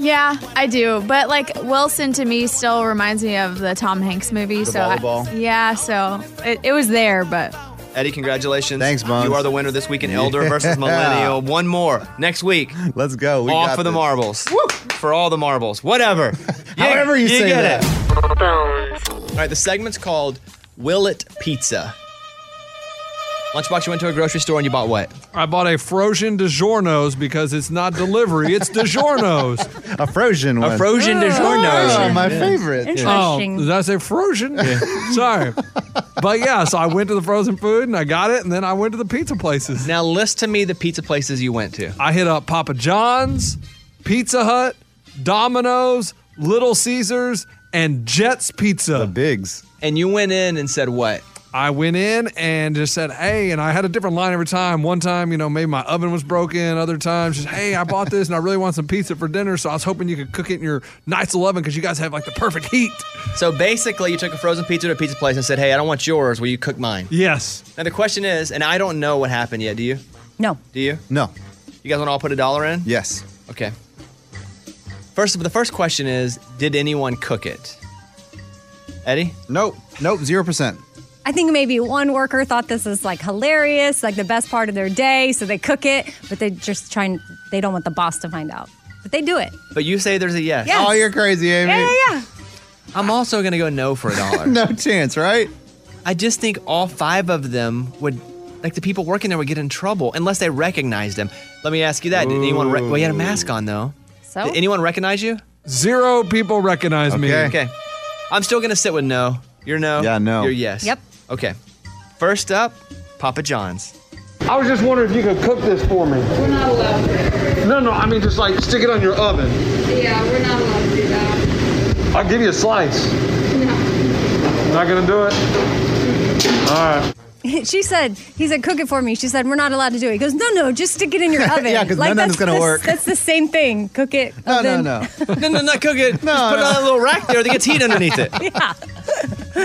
A: Yeah, I do. But like Wilson to me still reminds me of the Tom Hanks movie.
D: The
A: so I-
D: volleyball.
A: yeah, so it, it was there, but
D: Eddie, congratulations. Thanks,
E: Bones.
D: You are the winner this week in Elder
E: Yeah.
D: versus Millennial. One more next week.
E: Let's go. We
D: all
E: got
D: for the
E: this.
D: marbles. For all the marbles. Whatever.
E: However you say
D: get it. All right, the segment's called Will It Pizza. Lunchbox, you went to a grocery store and you bought what?
H: I bought a frozen DiGiorno's because it's not delivery, it's DiGiorno's.
E: a frozen
H: one.
D: A frozen DiGiorno's.
E: Oh, my favorite. Interesting.
H: Oh, did I say frozen? Sorry. But yeah, so I went to the frozen food and I got it, and then I went to the pizza places.
D: Now list to me the pizza places you went to.
H: I hit up Papa John's, Pizza Hut, Domino's, Little Caesars, and Jets Pizza. The
E: bigs.
D: And you went in and said what?
H: I went in and just said, hey, and I had a different line every time. One time, you know, maybe my oven was broken. Other times, just, hey, I bought this and I really want some pizza for dinner. So I was hoping you could cook it in your nice oven because you guys have like the perfect heat.
D: So basically, you took a frozen pizza to a pizza place and said, hey, I don't want yours. Will you cook mine?
H: Yes.
D: Now the question is, and I don't know what happened yet, do you?
F: No.
D: Do you?
E: No.
D: You guys want to all put a dollar in?
E: Yes.
D: Okay. First, the first question is, did anyone cook it? Eddie?
E: Nope. Nope. Zero percent.
F: I think maybe one worker thought this is like hilarious, like the best part of their day, so they cook it, but they just trying they don't want the boss to find out. But they do it.
D: But you say there's a yes.
F: Yes. Oh, you're
E: crazy, Amy.
F: Yeah, yeah, yeah.
D: I'm also gonna go no for a dollar.
E: no chance, right?
D: I just think all five of them would, like the people working there would get in trouble unless they recognized him. Let me ask you that. Did anyone? Re- well, you had a mask on though.
F: So?
D: Did anyone recognize you?
H: Zero people recognize me.
D: Okay. I'm still gonna sit with no. You're no. Yeah, no. You're yes. Yep. Okay. First up, Papa John's.
N: I was just wondering if you could cook this for me. We're not allowed to. No, no, I mean just like stick it on your oven.
O: Yeah, we're not allowed to do that.
N: I'll give you a slice. Not gonna do it. All right.
F: she said, he said, cook it for me. She said, we're not allowed to do it. He goes, no, no, just stick it in your oven.
E: Yeah, 'cause none of
F: that's
E: it's gonna
F: the-
E: work.
F: That's the same thing. Cook it.
E: No, no,
F: oven.
E: no.
D: no, no, not cook it.
E: No,
D: Just put it
E: no.
D: on a little rack there that gets heat underneath it.
F: Yeah.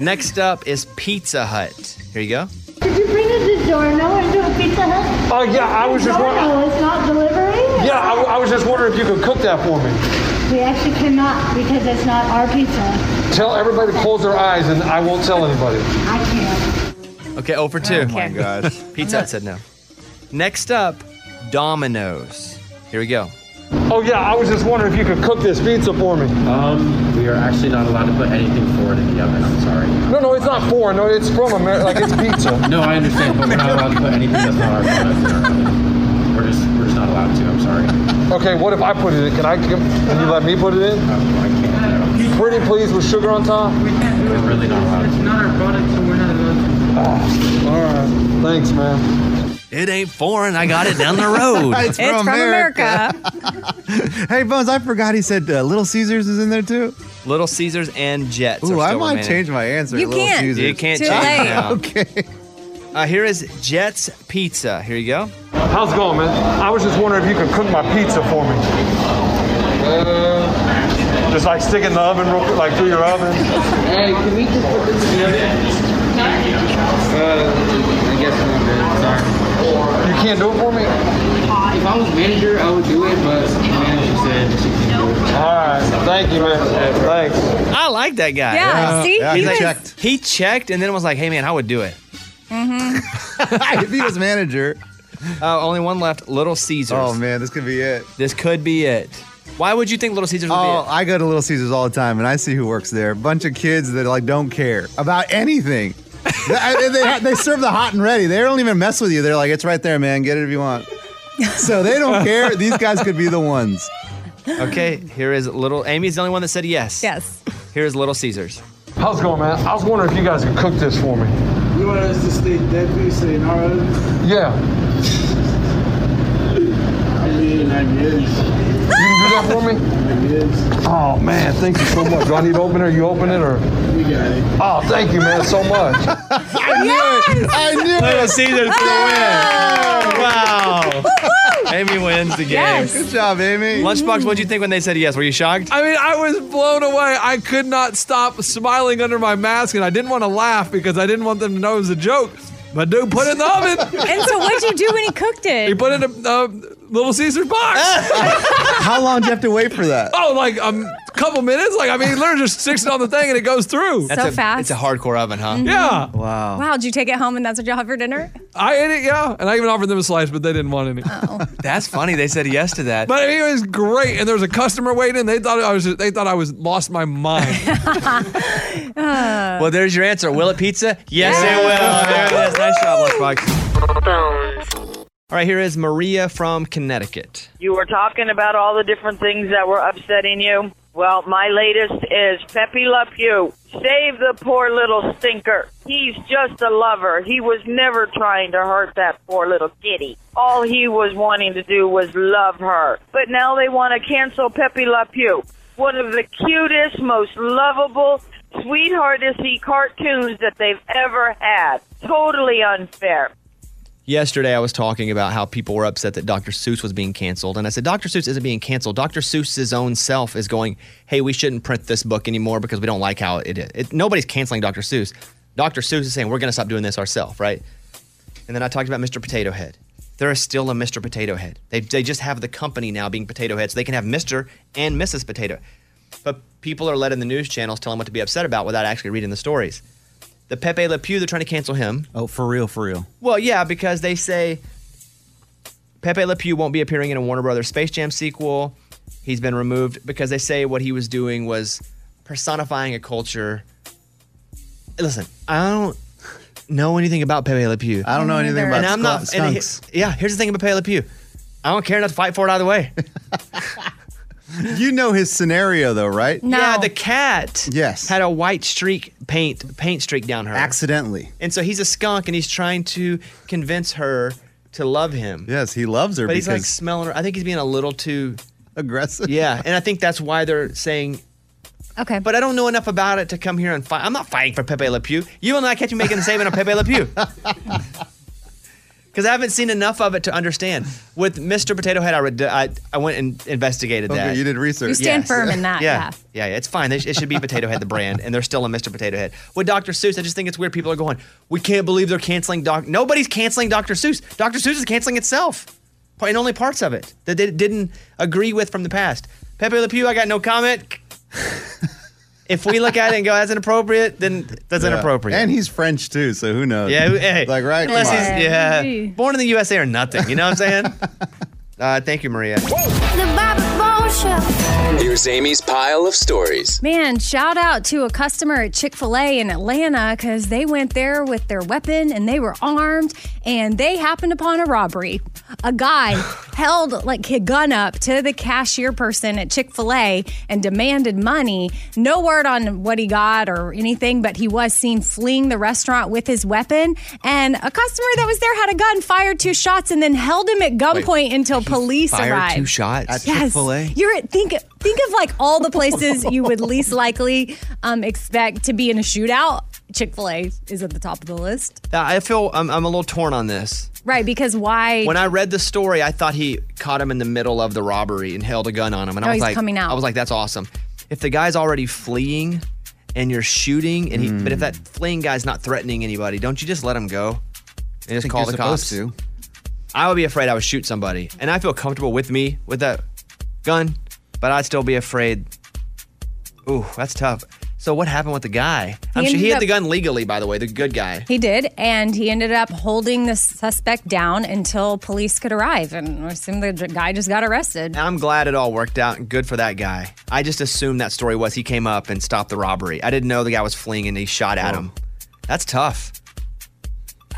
D: Next up is Pizza Hut. Here you go.
O: Did you bring us this door? No, into a Pizza Hut?
N: Oh yeah, I was just
O: No,
N: wondering.
O: no, it's not delivering.
N: Yeah, I, I was just wondering if you could cook that for me.
O: We actually cannot because it's not our pizza.
N: Tell everybody to close their eyes, and I won't tell anybody.
O: I can't.
D: Okay, 0 for 2.
O: Oh my Okay. gosh.
D: Pizza Hut said no. Next up, Domino's. Here we go.
N: Oh yeah, I was just wondering if you could cook this pizza for me. Um, we are actually not allowed to put anything forward in the oven. I'm sorry. No, no, it's not foreign. No, it's from America. Like it's pizza. no, I understand, but we're not allowed to put anything that's not our product. We're just, we're just not allowed to. I'm sorry. Okay, what if I put it in? Can I? Can, can you let me put it in? Pretty please with sugar on top. We can't do it. We're really not allowed. It's not our product, so we're not allowed to. Ah. all right. Thanks, man.
D: It ain't foreign. I got it down the road.
E: It's It's from from America. hey, Bones, I forgot he said uh, Little Caesars is in there too.
D: Little Caesars and Jets.
E: Ooh,
D: are
E: I
D: still
E: might
D: remaining.
E: change my answer You at Little can't. Caesars.
D: You can't
E: Too
D: change
E: late.
D: now.
E: okay.
D: Uh, here is Jets Pizza. Here you go.
N: How's it going, man? I was just wondering if you could cook my pizza for me. Uh, just like stick it in the oven, real quick, like through your oven.
O: Hey, can we just put this in the
E: uh,
N: I guess Sorry. You can't do it for me? If I was manager, I would do it, but manager said she can do it. All right. Thank you, man. Thanks.
D: I like that
N: Yeah,
D: guy.
N: Yeah. see? Yeah,
D: He's
N: he
D: like-
N: checked.
D: He checked and then was like, hey, man, I would do it. Mm-hmm.
E: if he was manager.
D: Uh, only one left Little Caesars.
E: Oh, man, this could be it.
D: This could be it. Why would you think Little Caesars would
E: Oh,
D: be
E: I go to Little Caesars all the time, and I see who works there. Bunch of kids that like don't care about anything. they, I- they- they serve the hot and ready. They don't even mess with you. They're like, it's right there, man. Get it if you want. So they don't care. These guys could be the ones.
D: it?
E: Oh.
D: Okay, here is Little. Amy's the only one that said yes.
F: Yes.
D: Here is Little Caesars.
N: How's it going, man? I was wondering if you guys could cook this for me.
P: You want us to stay dead pizza in our oven?
N: Yeah. did, and I did. You do that for me? I did. Oh man, thank you so much. Do I need to open it? You open it or? You got it. Oh, thank you, man, so much.
E: I knew it. I knew it.
D: Little Caesars for the win. Wow. Amy wins the game.
H: Yes. Good
E: job, Amy.
D: Lunchbox, what did you think when they said yes? Were you shocked?
H: I mean, I was blown away. I could not stop smiling under my mask, and I didn't want to laugh because I didn't want them to know it was a joke. But dude, put it in the oven.
F: and so, what'd you do when he cooked it?
H: He put it in a, a Little Caesar box.
E: How long do you have to wait for that?
H: oh, like um, a couple minutes. Like I mean, he literally just sticks it on the thing and it goes through.
F: That's So a- fast.
D: It's a hardcore oven, huh?
F: Mhm.
H: Yeah.
E: Wow.
F: Wow, did you take it home and that's what y'all have for dinner?
H: I ate it, yeah, and I even offered them a slice, but they didn't want any.
E: Oh.
D: That's funny. They said yes to that.
H: But it was great, and there was a customer waiting. They thought I was. They thought I was lost my mind.
F: Uh,
D: Well, there's your answer. Will it pizza? Yes, it will. There it is. Nice job, Lunchbox. All right, here is Maria from Connecticut.
P: You were talking about all the different things that were upsetting you. Well, my latest is Pepe Le Pew. Save the poor little stinker. He's just a lover. He was never trying to hurt that poor little kitty. All he was wanting to do was love her. But now they want to cancel Pepe Le Pew, one of the cutest, most lovable, sweetheartessy cartoons that they've ever had. Totally unfair.
D: Yesterday, I was talking about how people were upset that Dr. Seuss was being canceled. And I said, Dr. Seuss isn't being canceled. Dr. Seuss's own self is going, hey, we shouldn't print this book anymore because we don't like how it is. It, nobody's canceling Dr. Seuss. Dr. Seuss is saying, we're going to stop doing this ourselves, right? And then I talked about Mr. Potato Head. There is still a Mr. Potato Head. They, they just have the company now being Potato Head, so they can have Mr. and Mrs. Potato. But people are letting the news channels tell them what to be upset about without actually reading the stories. The Pepe Le Pew, they're trying to cancel him.
E: Oh, for real, for real.
D: Well, yeah, because they say Pepe Le Pew won't be appearing in a Warner Brothers Space Jam sequel. He's been removed because they say what he was doing was personifying a culture. Listen, I don't know anything about Pepe Le Pew.
E: I don't know Me anything neither. about
D: and I'm not,
E: skunk-
D: and he-
E: skunks.
D: yeah, here's the thing about Pepe Le Pew. I don't care enough to fight for it either way.
E: You know his scenario though, right?
D: Yeah, the cat.
E: Yes.
D: Had a white streak paint paint streak down her.
E: Accidentally.
D: And so he's a skunk and he's trying to convince her to love him.
E: Yes, he loves her
D: But he's
E: because
D: like smelling her. I think he's being a little too
E: aggressive.
D: Yeah, and I think that's why they're saying.
F: Okay.
D: But I don't know enough about it to come here and fight. I'm not fighting for Pepe Le Pew. You and I catch me making the statement on Pepe Le Pew. Because I haven't seen enough of it to understand. With Mr. Potato Head, I, read, I, I went and investigated
E: Okay,
D: that.
E: you did research.
F: You stand firm in that, yeah.
D: yeah, yeah. It's fine. They sh- It should be Potato Head, the brand, and they're still a Mr. Potato Head. With Dr. Seuss, I just think it's weird. People are going, we can't believe they're canceling Doc. Nobody's canceling Dr. Seuss. Dr. Seuss is canceling itself, Pa- and only parts of it that they didn't agree with from the past. Pepe Le Pew, I got no comment. if we look at it and go, that's inappropriate, then that's
E: Yeah.
D: inappropriate.
E: And he's French too, so who knows?
D: Yeah, who- hey,
E: like right.
D: unless
E: come
D: he's
E: on.
D: yeah, born in the USA or nothing. You know what I'm saying? uh, thank you, Maria.
L: Here's Amy's pile of stories.
F: Man, shout out to a customer at Chick fil A in Atlanta because they went there with their weapon and they were armed and they happened upon a robbery. A guy held like a gun up to the cashier person at Chick fil A and demanded money. No word on what he got or anything, but he was seen fleeing the restaurant with his weapon. And a customer that was there had a gun, fired two shots, and then held him at gunpoint until police
D: Fire
F: arrived.
D: two shots at
F: Yes.
D: Chick-fil-A?
F: You're at, think think of like all the places you would least likely um, expect to be in a shootout. Chick Fil A is at the top of the list,
D: I feel I'm, I'm a little torn on this.
F: right? Because why?
D: When I read the story, I thought he caught him in the middle of the robbery and held a gun on him. And
F: No,
D: I was
F: he's
D: like,
F: coming out.
D: I was like, that's awesome. If the guy's already fleeing and you're shooting, and he, but if
E: Mm.
D: that fleeing guy's not threatening anybody, don't you just let him go and just
E: think
D: call
E: you're
D: the cops?
E: supposed
D: I would be afraid I would shoot somebody, and I feel comfortable with me with that gun, but I'd still be afraid. Ooh, that's tough. So what happened with the guy? I'm
F: He
D: sure he
F: ended
D: had
F: up-
D: the gun legally, by the way, the good guy.
F: he did, and he ended up holding the suspect down until police could arrive, and I assume the d- guy just got arrested.
D: I'm glad it all worked out and good for that guy. I just assumed that story was he came up and stopped the robbery. I didn't know the guy was fleeing and he shot at him. That's tough.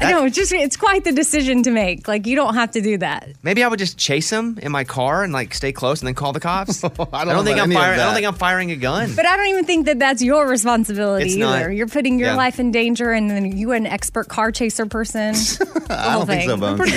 F: no, it's just it's quite the decision to make. Like you don't have to do that.
D: Maybe I would just chase him in my car and like stay close and then call the cops. I don't,
F: know
D: think
F: about
D: I'm
F: any of
D: firing. I
F: that.
D: don't think I'm firing a gun.
F: But I don't even think that that's your responsibility
D: It's not.
F: either. You're putting your
D: Yeah.
F: life in danger, and then you are an expert car chaser person. The
D: I
F: whole
D: don't think
F: thing.
D: so, Bones. Pretty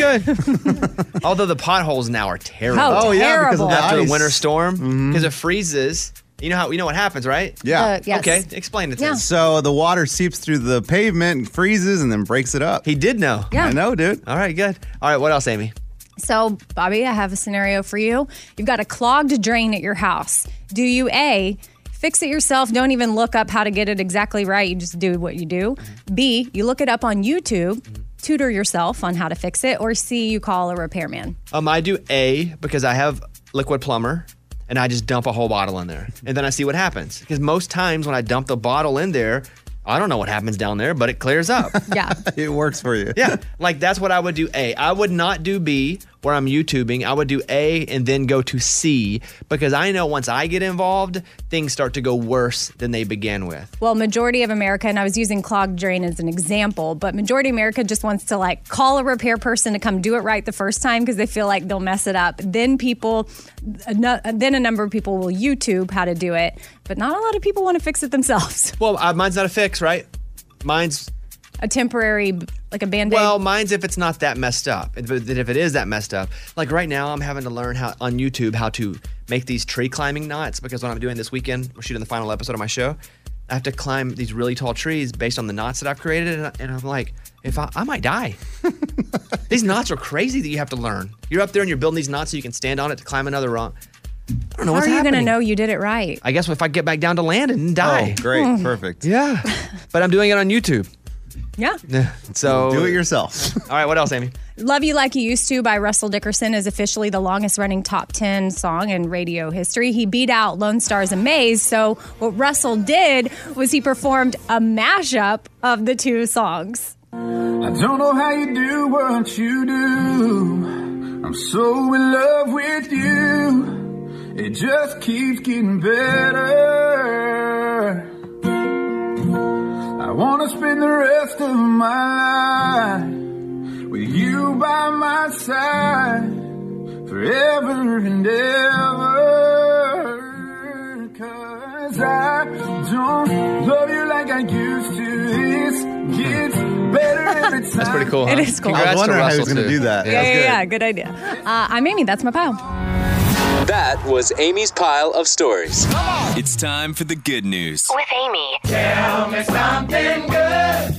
D: good. Although the potholes now are terrible.
F: Oh, Oh, yeah, because of Mm-hmm. the
D: after
F: ice.
D: a winter storm, because it freezes. You know how you know what happens, right?
E: Yeah. Uh, yes.
D: Okay, explain it to us.
E: So the water seeps through the pavement, freezes, and then breaks it up. He
D: did know.
F: Yeah.
E: I know, dude.
D: All right, good. All right, what else, Amy?
F: So, Bobby, I have a scenario for you. You've got a clogged drain at your house. Do you A, fix it yourself? Don't even look up how to get it exactly right. You just do what you do. B, you look it up on YouTube, tutor yourself on how to fix it. Or C, you call a repairman.
D: Um, I do A because I have liquid plumber and I just dump a whole bottle in there and then I see what happens. Because most times when I dump the bottle in there, I don't know what happens down there, but it clears up.
F: yeah.
E: It works for you.
D: Yeah. Like that's what I would do A. I would not do B where I'm YouTubing. I would do A and then go to C because I know once I get involved, things start to go worse than they began with.
F: Well, majority of America, and I was using clogged drain as an example, but majority of America just wants to like call a repair person to come do it right the first time because they feel like they'll mess it up. Then people, a nu- then a number of people will YouTube how to do it, but not a lot of people want to fix it themselves.
D: Well, uh, mine's not a fix, right? Mine's
F: a temporary, like a band aid.
D: Well, mine's if it's not that messed up. If it if it is that messed up, like right now, I'm having to learn how on YouTube how to make these tree climbing knots because what I'm doing this weekend, we're shooting the final episode of my show. I have to climb these really tall trees based on the knots that I've created, and, I- and I'm like, if I, I might die. these knots are crazy that you have to learn. You're up there and you're building these knots so you can stand on it to climb another rock. I don't know
F: how
D: what's
F: are you to
D: happening.
F: know you did it right?
D: I guess if I get back down to land and die.
E: Oh, great. Hmm. Perfect.
D: Yeah. But I'm doing it on YouTube.
F: Yeah.
D: So
E: Do it yourself.
D: All right, what else, Amy?
F: Love You Like You Used to by Russell Dickerson is officially the longest running top 10 song in radio history. He beat out Lone Star's Amaze. So, what Russell did was he performed a mashup of the two songs.
Q: I don't know how you do what you do. I'm so in love with you. It just keeps getting better. I wanna spend the rest of my life with you by my side forever and ever. Cause I don't love you like I used to. This gets better every time.
D: That's pretty cool. Huh?
F: It is cool.
D: Congrats
E: I
D: to
E: was wondering how he
D: Russell
E: was gonna
D: too.
E: do that.
F: yeah, yeah, yeah, good idea. Uh, I'm Amy. That's my pile.
L: That was Amy's pile of stories. It's time for the good news.
B: With Amy.
O: Tell me something good.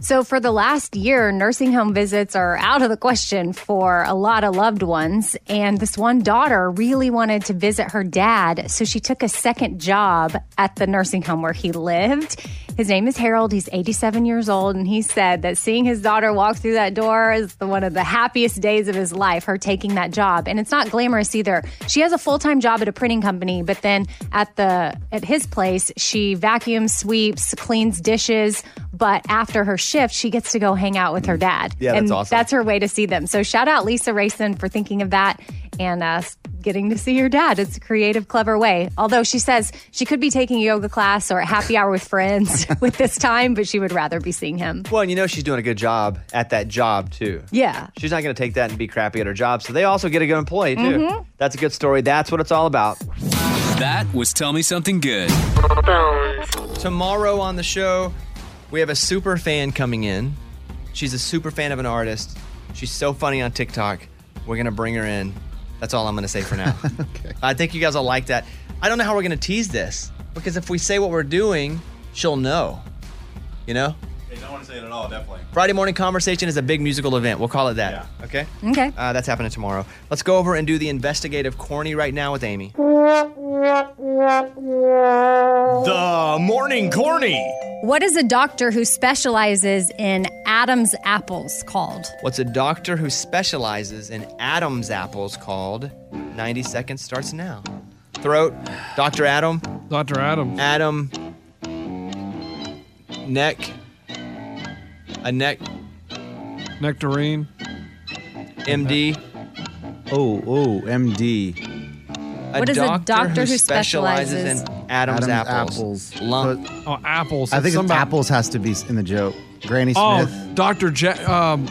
F: So, for the last year, nursing home visits are out of the question for a lot of loved ones. And this one daughter really wanted to visit her dad. So, she took a second job at the nursing home where he lived. His name is Harold. He's 87 years old. And he said that seeing his daughter walk through that door is the, one of the happiest days of his life, her taking that job. And it's not glamorous either. She has a full time job at a printing company, but then at the at his place, she vacuums, sweeps, cleans dishes. But after her shift, she gets to go hang out with her dad.
D: Yeah, that's
F: and
D: awesome.
F: That's her way to see them. So shout out Lisa Rayson for thinking of that and uh, getting to see your dad. It's a creative, clever way. Although she says she could be taking a yoga class or a happy hour with friends with this time, but she would rather be seeing him.
D: Well, and you know she's doing a good job at that job too.
F: Yeah.
D: She's not going to take that and be crappy at her job. So they also get a good employee too.
F: Mhm.
D: That's a good story. That's what it's all about.
L: That was Tell Me Something Good.
D: Tomorrow on the show, we have a super fan coming in. She's a super fan of an artist. She's so funny on TikTok. We're going to bring her in. That's all I'm going to say for now. okay. I think you guys will like that. I don't know how we're going to tease this because if we say what we're doing, she'll know. You know?
R: Hey, don't want to say it at all, definitely.
D: Friday morning conversation is a big musical event. We'll call it that. Okay.
F: Okay.
D: Uh, that's happening tomorrow. Let's go over and do the investigative corny right now with Amy.
F: The
R: morning corny.
F: What is a doctor who specializes in Adam's apples called?
D: What's a doctor who specializes in Adam's apples called? 90 seconds starts now. Throat, Dr. Adam.
H: Dr. Adam.
D: Adam. Neck. A neck.
H: Nectarine.
D: MD.
E: Oh, oh, MD.
D: A
F: What is a doctor who
D: in Adam's, apples. Lung.
H: Oh, apples.
E: I think
H: somebody-
E: apples has to be in the joke. Granny
H: Oh,
E: Smith.
H: Dr. Jack. Um,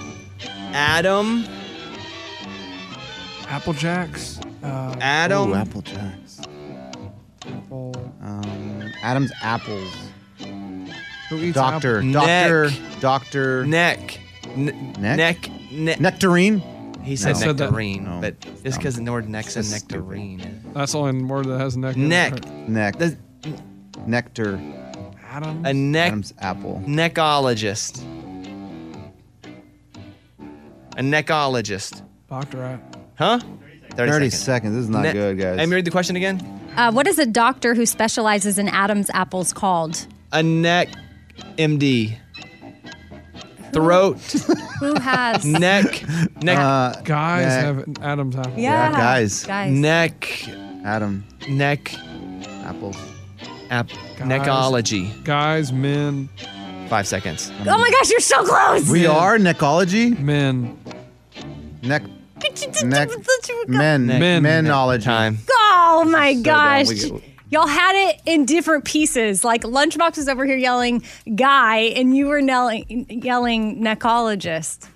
D: Adam.
H: Apple Jacks. Uh,
E: Ooh, Apple Jacks. Um, Adam's apples.
H: Who eats
E: Doctor.
D: apple-
E: Doctor.
D: Neck.
E: Doctor.
D: Neck. N-
E: Neck?
D: Neck. ne-
E: Nectarine.
D: He said
E: No. Said that-
D: nectarine,
E: No.
D: but just because the word neck's a nectarine.
H: That's the only word that has neck. in it.
D: Neck.
E: Neck. Nectar.
H: Adam.
D: A neck.
E: Adam's apple.
D: Neckologist. A neckologist.
H: Doctor App.
D: Huh? 30,
E: 30 seconds. This is not good, guys.
D: Amy, read the question again.
F: Uh, what is a doctor who specializes in Adam's apples called?
D: A neck MD. Throat.
F: Who has
D: neck. Neck.
H: Guys
D: neck.
H: have Adam's apple.
F: Yeah, Yeah, guys. guys.
D: Neck.
E: Adam.
D: Neck.
E: Apples.
D: App. Necology.
H: Guys, men.
D: Five seconds.
F: Oh my gosh, you're so close.
E: We are necology.
H: Men.
E: Neck. neck. Men.
H: Men.
E: Menology. Time.
F: Oh my
E: So dumb.
F: gosh.
E: We get-
F: Y'all had it in different pieces. Like Lunchbox was over here yelling guy, and you were yelling, yelling necologist.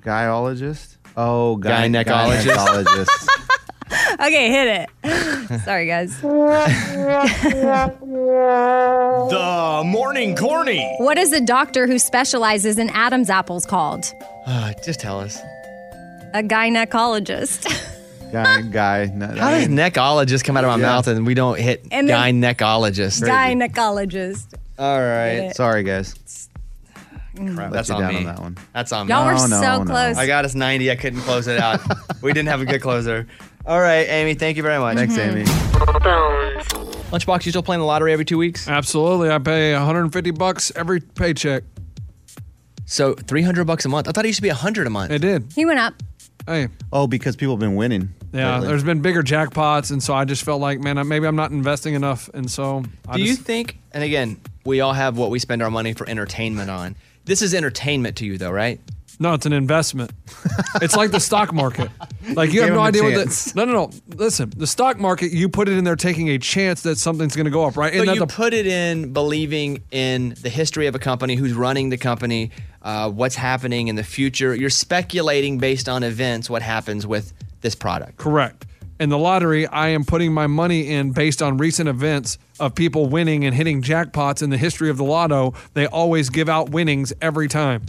E: Guyologist. Oh, guy,
D: Gynecologist.
E: gynecologist.
F: Okay, hit it. Sorry, guys.
R: The morning corny.
F: What is a doctor who specializes in Adam's apples called?
D: Uh, just tell us.
F: A gynecologist.
E: guy. Guy. No,
D: How does neckologist come out of my mouth and we don't hit
F: And
D: guy
F: then-
D: neckologist?
F: gynecologist.
D: All
F: Get
D: right.
F: it.
E: Sorry, guys.
D: Crap,
F: Mm.
E: Let
D: that's
E: you
D: on
E: down
D: me.
E: on that one.
D: That's on me.
F: Y'all were No, no, so no. close.
D: I got us 90. I couldn't close it out. we didn't have a good closer. All right, Amy. Thank you very much.
E: Thanks,
F: Mm-hmm.
E: Amy.
D: Lunchbox, you still playing the lottery every two weeks?
H: Absolutely. I pay 150 bucks every paycheck.
D: So 300 bucks a month. I thought it used to be 100 a month.
H: It did.
F: He went up.
H: Hey.
E: Oh, because people have been winning.
H: Yeah,
E: lately.
H: there's been bigger jackpots, and so I just felt like, man, I- maybe I'm not investing enough, and so I
D: Do you
H: just,
D: think, and again, we all have what we spend our money for entertainment on. This is entertainment to you, though, right?
H: no, it's an investment. it's like the stock market. Like you,
D: You
H: have
D: gave
H: no
D: him a
H: idea what the
D: chance.
H: no, no, no. Listen, the stock market, you put it in there taking a chance that something's going to go up, right?
D: So
H: that
D: you
H: the
D: put it in believing in the history of a company, who's running the company, uh, what's happening in the future. You're speculating based on events what happens with this product.
H: Correct. In the lottery, I am putting my money in based on recent events of people winning and hitting jackpots in the history of the lotto. They always give out winnings every time.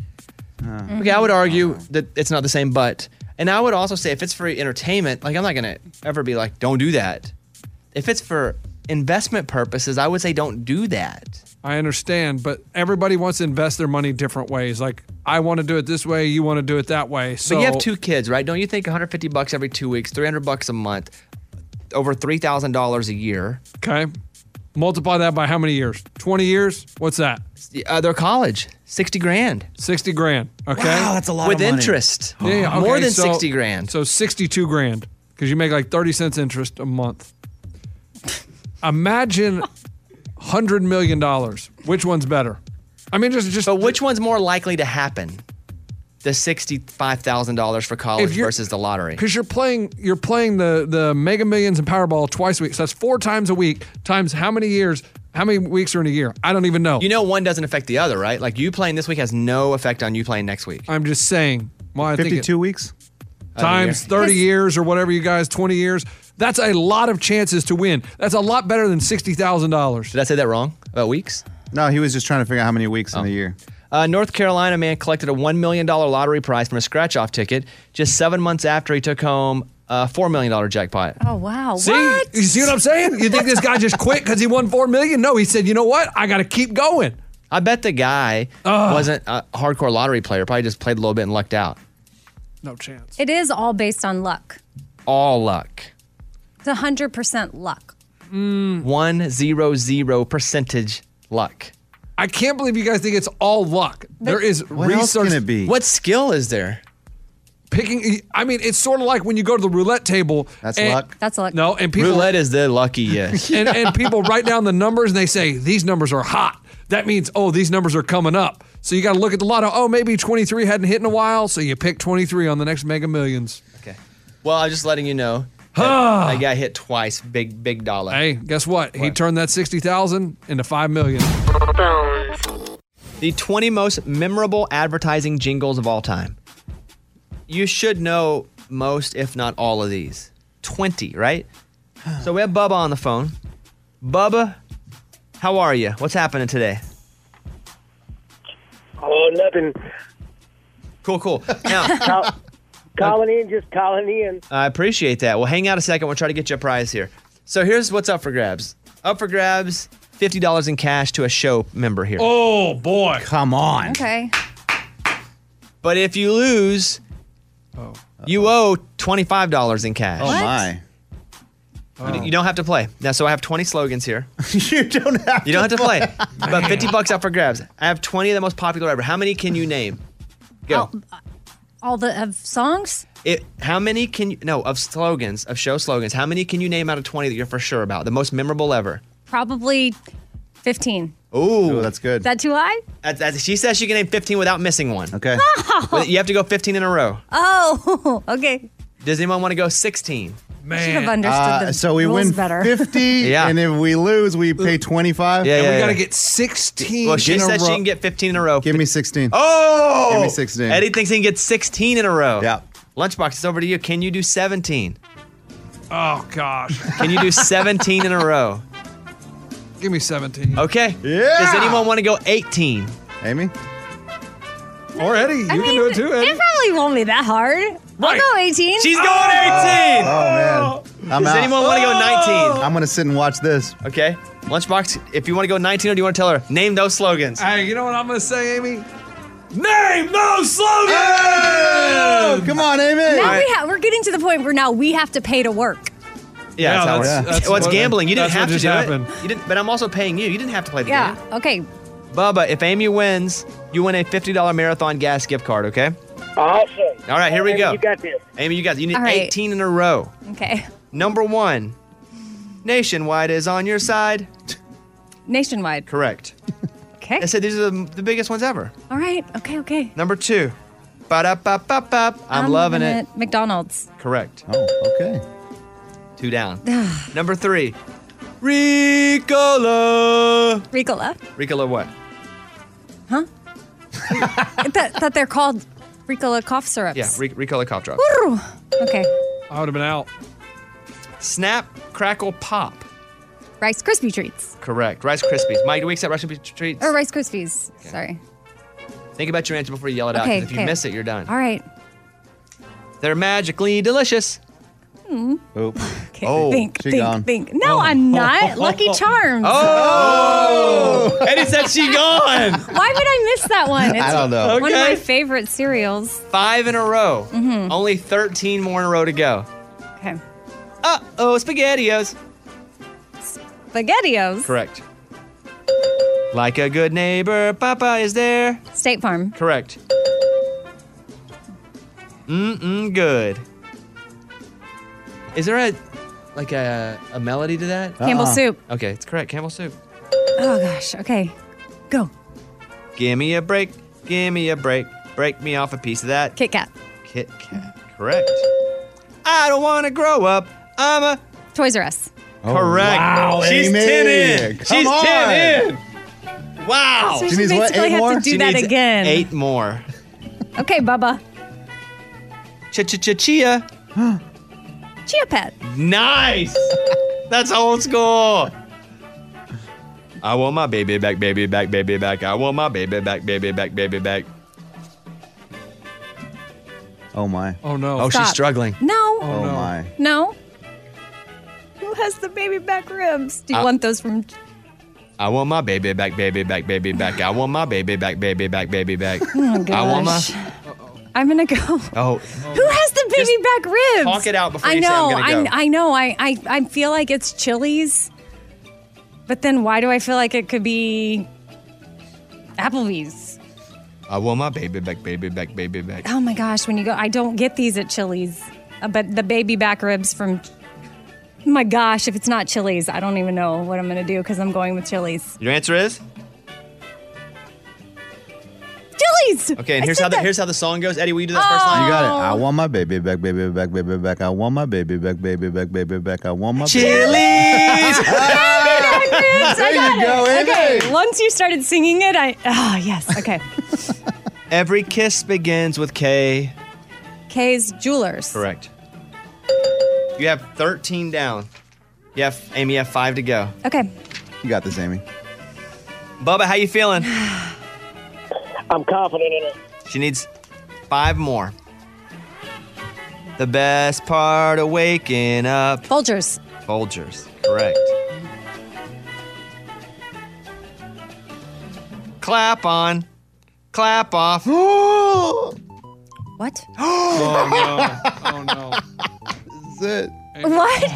D: Okay, I would argue that it's not the same, but and I would also say if it's for entertainment, like I'm not gonna ever be like, don't do that. If it's for investment purposes, I would say don't do that.
H: I understand, but everybody wants to invest their money different ways. Like I want to do it this way, you want to do it that way. So
D: but you have two kids, right? Don't you think 150 bucks every two weeks, 300 bucks a month, over three thousand dollars a year?
H: Okay, multiply that by how many years? 20 years? What's that?
D: Uh, their college, 60 grand.
H: 60 grand. Okay.
D: Wow, that's a lot of With money. interest.
H: Yeah, yeah,
D: More
H: okay,
D: than
H: so-
D: 60 grand.
H: So 62 grand because you make like 30 cents interest a month. Imagine $100 million. Which one's better? I mean, just just.
D: But which one's more likely to happen? The sixty-five thousand dollars for college
H: If you're-
D: versus the lottery.
H: Because you're playing, you're playing the the Mega Millions and Powerball twice a week. So that's four times a week. Times how many years? How many weeks are in a year? I don't even know.
D: You know, one doesn't affect the other, right? Like you playing this week has no effect on you playing next week.
H: I'm just saying. Why I think it-
E: 52 weeks.
H: times 30 years or whatever you guys 20 years that's a lot of chances to win that's a lot better than $60000
D: did i say that wrong about weeks
E: No, he was just trying to figure out how many weeks in a year.
D: Uh, North Carolina man collected a one million dollar lottery prize from a scratch off ticket just seven months after he took home a four million dollar jackpot.
F: Oh wow.
H: see
F: What?
H: you see what i'm saying you think this guy just quit because he won 4 million no he said you know what i gotta keep going
D: I bet the guy wasn't a hardcore lottery player. Probably just played a little bit and lucked out.
H: no chance
F: It is all based on luck.
D: All luck.
F: It's hundred percent luck.
H: Mm.
D: One zero zero percentage luck.
H: i can't believe you guys think it's all luck there is research
D: What skill is there?
H: picking i mean it's sort of like when you go to the roulette table
D: That's
H: and-
D: luck.
F: That's luck.
H: no and people
D: Roulette is the lucky yes.
H: and, and people write down the numbers and they say these numbers are hot. That means oh these numbers are coming up. So you got to look at the lotto. Oh maybe 23 hadn't hit in a while, so you pick 23 on the next Mega Millions.
D: Okay. Well, I'm just letting you know. That, that guy hit twice. Big, big dollar.
H: Hey, guess what? He turned that 60,000 into 5 million.
D: the 20 most memorable advertising jingles of all time. You should know most, if not all, of these. 20, right? So we have Bubba on the phone. Bubba, how are you? What's happening today?
S: Oh, nothing.
D: Cool, cool.
S: Call, calling in, just calling in.
D: I appreciate that. Well, hang out a second. We'll try to get you a prize here. So here's what's up for grabs. Up for grabs, fifty dollars in cash to a show member here.
H: Oh boy!
D: Come on.
F: Okay.
D: But if you lose, you owe twenty five dollars in cash.
E: Oh, What? my.
D: You- You don't have to play now. So I have twenty slogans here. you don't have. You don't have to play. but fifty bucks up for grabs. I have twenty of the most popular ever. How many can you name? Go.
F: All the of songs?
D: It, how many can you, no, of slogans, of show slogans, how many can you name out of 20 that you're for sure about? The most memorable ever.
F: Probably 15.
D: Ooh, that's
F: Is
D: good.
F: that too high?
D: That's, that's, she says she can name 15 without missing one. Okay. you have to go 15 in a row.
F: Oh, okay.
D: Does anyone want to go 16?
F: Man. Should have understood
E: Uh,
F: the
E: so we
F: rules
E: win
F: better.
E: 50, and if we lose, we pay 25.
D: Yeah, And we yeah, gotta yeah.
H: get 16.
D: Well, she said she can get 15 in a row.
E: Give me 16.
D: Oh!
E: Give me 16.
D: Eddie thinks he can get 16 in a row. Yeah. Lunchbox, it's over to you. Can you do 17?
H: Oh gosh.
D: Can you do 17 in a row?
H: Give me 17.
D: Okay. Yeah. Does anyone want to go 18?
E: Amy?
H: Or Eddie. You can do it too,
F: It probably won't be that hard.
H: Right.
F: I'll go 18.
D: She's
E: going
D: Oh,
E: oh, man. I'm
D: Does
E: out. Oh.
D: anyone want to go 19?
E: I'm going to sit and watch this.
D: Okay. Lunchbox, if you want to go 19 or do you want to tell her, name those slogans?
H: Hey, you know what I'm gonna say, Amy? Name those slogans.
E: come on,
F: Oh. Now
E: Amy.
F: we ha- we're getting to the point where now we have to pay to work.
D: Yeah,
H: Yeah,
D: that's, how it
H: that's-
D: works.
H: that's
D: well, it's
H: what-
D: gambling. You didn't
H: that's what
D: have to
H: just
D: do
H: happened.
D: it. You didn't, but I'm also paying you. You didn't have to play the
F: Yeah.
D: game.
F: Okay.
D: Bubba, if Amy wins, you win a $50 marathon gas gift card, okay?
S: Awesome.
D: All right, here we
S: Amy,
D: go.
S: You got this.
D: Amy, you got You need
F: All right.
D: 18 in a row.
F: Okay.
D: Number one, Nationwide is on your side.
F: Nationwide.
D: Correct.
F: Okay.
D: I said these are the, the biggest ones ever.
F: All right. Okay. Okay.
D: Number two, ba da ba ba ba. I'm, loving it.
F: McDonald's.
D: Correct.
E: Oh, okay.
D: Two down. Number three, Ricola.
F: Ricola.
D: Ricola what?
F: Huh? I thought, thought they're called Ricola cough syrups.
D: Yeah, Ric- Ricola cough drop.
F: Brr. Okay.
H: I would have been out.
D: Snap, crackle, pop.
F: Rice Krispie treats
D: Correct. Rice Krispies. Mike, do we accept Rice Krispie treats?
F: or Rice Krispies. Sorry.
D: Think about your answer before you yell it out. 'cause
F: Okay,
D: if you
F: okay.
D: miss it, you're done.
F: All right.
D: They're magically delicious.
F: Hmm.
E: Oop.
D: Oh,
F: think, think, think. No, I'm not. Lucky Charms.
D: Oh! Eddie said she gone.
F: Why would I miss that one?
D: I don't know.
F: One of
D: Okay.
F: my favorite cereals.
D: Five in a row.
F: Mhm.
D: Only 13 more in a row to go.
F: Okay.
D: Uh oh, SpaghettiOs.
F: Spaghettios.
D: Correct. Like a good neighbor, Papa is there.
F: State Farm.
D: Correct. Mm-mm, good. Is there a like a, a melody to that?
F: Campbell's Uh-uh. soup.
D: Okay, it's correct. Campbell soup.
F: Oh gosh. Okay.
D: Give me a break. Give me a break. Break me off a piece of that.
F: Kit Kat.
D: Kit Kat. Correct. I don't want to grow up. I'm a.
F: Toys R Us.
D: correct.
E: Oh, wow,
D: She's
E: Amy.
D: 10 in.
E: Come
D: She's 10
E: on.
D: in. Wow.
F: So she She needs what, basically eight have to more? do
D: She
F: that
D: needs
F: again.
D: Eight more.
F: Okay, Bubba.
D: Ch ch ch chia.
F: Chia Pet.
D: Nice. That's old school. I want my baby back, baby back, baby back. I want my baby back, baby back, baby back.
E: Oh, my.
H: Oh, no.
D: Oh, she's
F: Stop.
D: struggling.
F: No.
E: Oh, my.
F: No. Who has the baby back ribs? Do you
D: Uh,
F: want those from?
D: I want my baby back, baby back, baby back. I want my baby back, baby back, baby back.
F: Oh my
D: I want my.
F: gosh. I'm gonna go.
D: Oh,
F: Who has the baby back ribs?
D: talk it out before
F: I
D: you say, "I'm
F: know.
D: gonna go."
F: I know. I, I I feel like it's Chili's, but then why do I feel like it could be Applebee's?
D: I want my baby back, baby back, baby back.
F: Oh my gosh! When you go, I don't get these at Chili's, uh, but the baby back ribs from. Oh my gosh! If it's not Chili's, I don't even know what I'm gonna do because I'm going with Chili's.
D: Your answer is
F: Chili's.
D: okay. And
F: I
D: here's
F: said
D: how the
F: that.
D: here's how the song goes. Eddie, will you do that first line?
E: You got it.
F: Oh.
E: I want my baby back, baby back, baby back. Ah! I want my baby back, baby back, baby back. I want my
D: Chili's.
E: baby back.
F: dudes. Ah, I
D: There
F: got
D: you go,
F: it.
D: Amy.
F: Okay, once you started singing it, I oh yes. Okay,
D: Every kiss begins with K.
F: K's Jewelers.
D: Correct. You have 13 down. You have, Amy, you have five to go.
F: Okay,
D: You got this, Amy. Bubba, how you feeling?
S: I'm confident in it.
D: She needs five more. The best part of waking up.
F: Folgers.
D: Folgers. Correct. Clap on. Clap off.
F: what?
D: Oh,
F: no!
D: Oh no.
E: This is it.
F: What?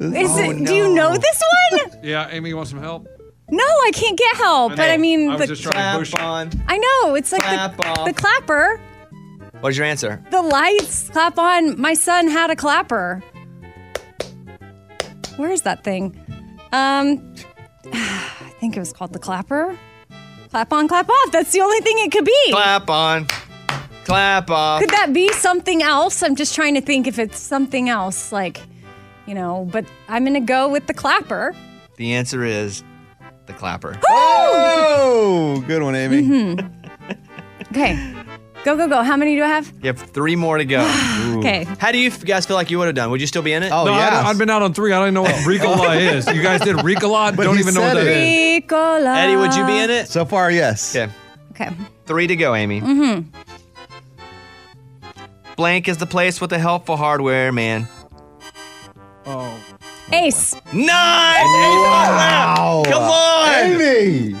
F: Is
H: Oh,
F: it? Do you know this one?
H: Yeah, Amy, you want some help?
F: No, I can't get help. But I mean,
H: I was
F: the,
H: just trying to push you.
F: I know it's like the,
D: Clap off.
F: the clapper,
D: What's your answer?
F: the lights clap on. My son had a clapper. Where is that thing? Um, I think it was called the clapper. Clap on, clap off. That's the only thing it could be.
D: Clap on. Clap off.
F: Could that be something else? I'm just trying to think if it's something else, like, you know, but I'm going to go with the clapper.
D: The answer is the clapper.
E: Oh, good one, Amy.
F: Mm-hmm. Okay. Go, go, go. How many do I have?
D: You have three more to go.
F: Okay.
D: How do you f- guys feel like you would have done? Would you still be in it?
H: no, I, I've been out on three. I don't even know what Ricola is. You guys did Ricola.
D: But
H: don't
D: he
H: even know what
D: said
H: that
D: it.
H: is.
F: Ricola.
D: Eddie, would you be in it? So far, yes. Okay.
F: Okay.
D: Three to go, Amy.
F: Mm hmm.
D: Blank is the place with the helpful hardware, man.
H: Oh.
F: Ace.
D: Nice. Wow. Come on. Amy.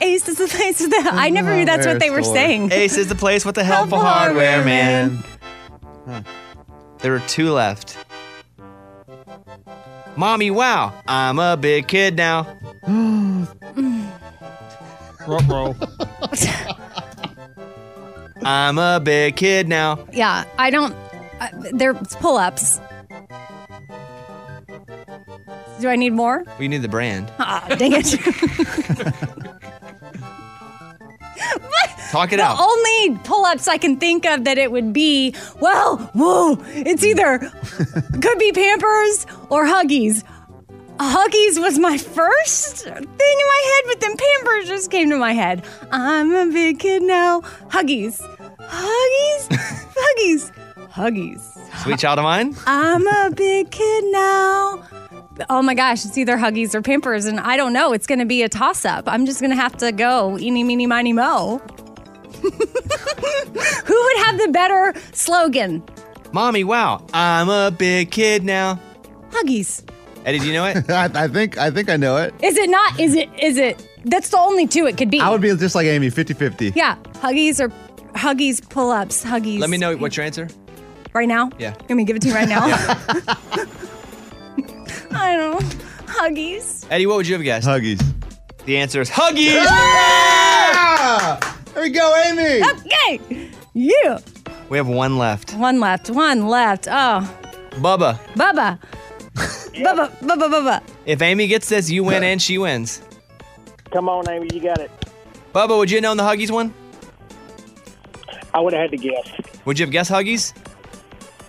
F: Ace is the place of the. I never knew that's what they were saying.
D: Ace is the place with the helpful hardware, man. There are two left. Mommy, wow. I'm a big kid now.
F: Mm.
H: Ruh-roh.
D: I'm a big kid now.
F: yeah, I don't. Uh, they're pull ups. Do I need more?
D: We need the brand.
F: Ah, dang it.
D: Talk it
F: the
D: out.
F: only pull-ups I can think of that it would be, well, whoa, it's either could be Pampers or Huggies. Huggies was my first thing in my head, but then Pampers just came to my head. I'm a big kid now. Huggies. Huggies. Huggies. Huggies.
D: Sweet child of mine.
F: I'm a big kid now. Oh my gosh, it's either Huggies or Pampers, and I don't know. It's going to be a toss up. I'm just going to have to go eeny, meeny, miny, mo. Who would have the better slogan?
D: Mommy, wow. I'm a big kid now.
F: Huggies.
D: Eddie, do you know it?
E: I, I think I think I know it.
F: Is it not? Is it? Is it? That's the only two it could be.
E: I would be just like Amy, 50-50.
F: Yeah, Huggies or Huggies pull ups, Huggies.
D: Let me know what's your answer.
F: Right now?
D: Yeah.
F: Let me give it to you right now. I don't know. Huggies.
D: Eddie, what would you have guessed? Huggies. The answer is Huggies.
E: There we go, Amy.
F: Okay. Yeah.
D: We have one left.
F: One left. One left. Oh,
D: Bubba,
F: Bubba. Bubba, Bubba, Bubba.
D: if Amy gets this, you win and she wins.
S: Come on, Amy, you got it.
D: Bubba, would you have known the Huggies one?
S: I would have had to guess.
D: Would you have guessed Huggies?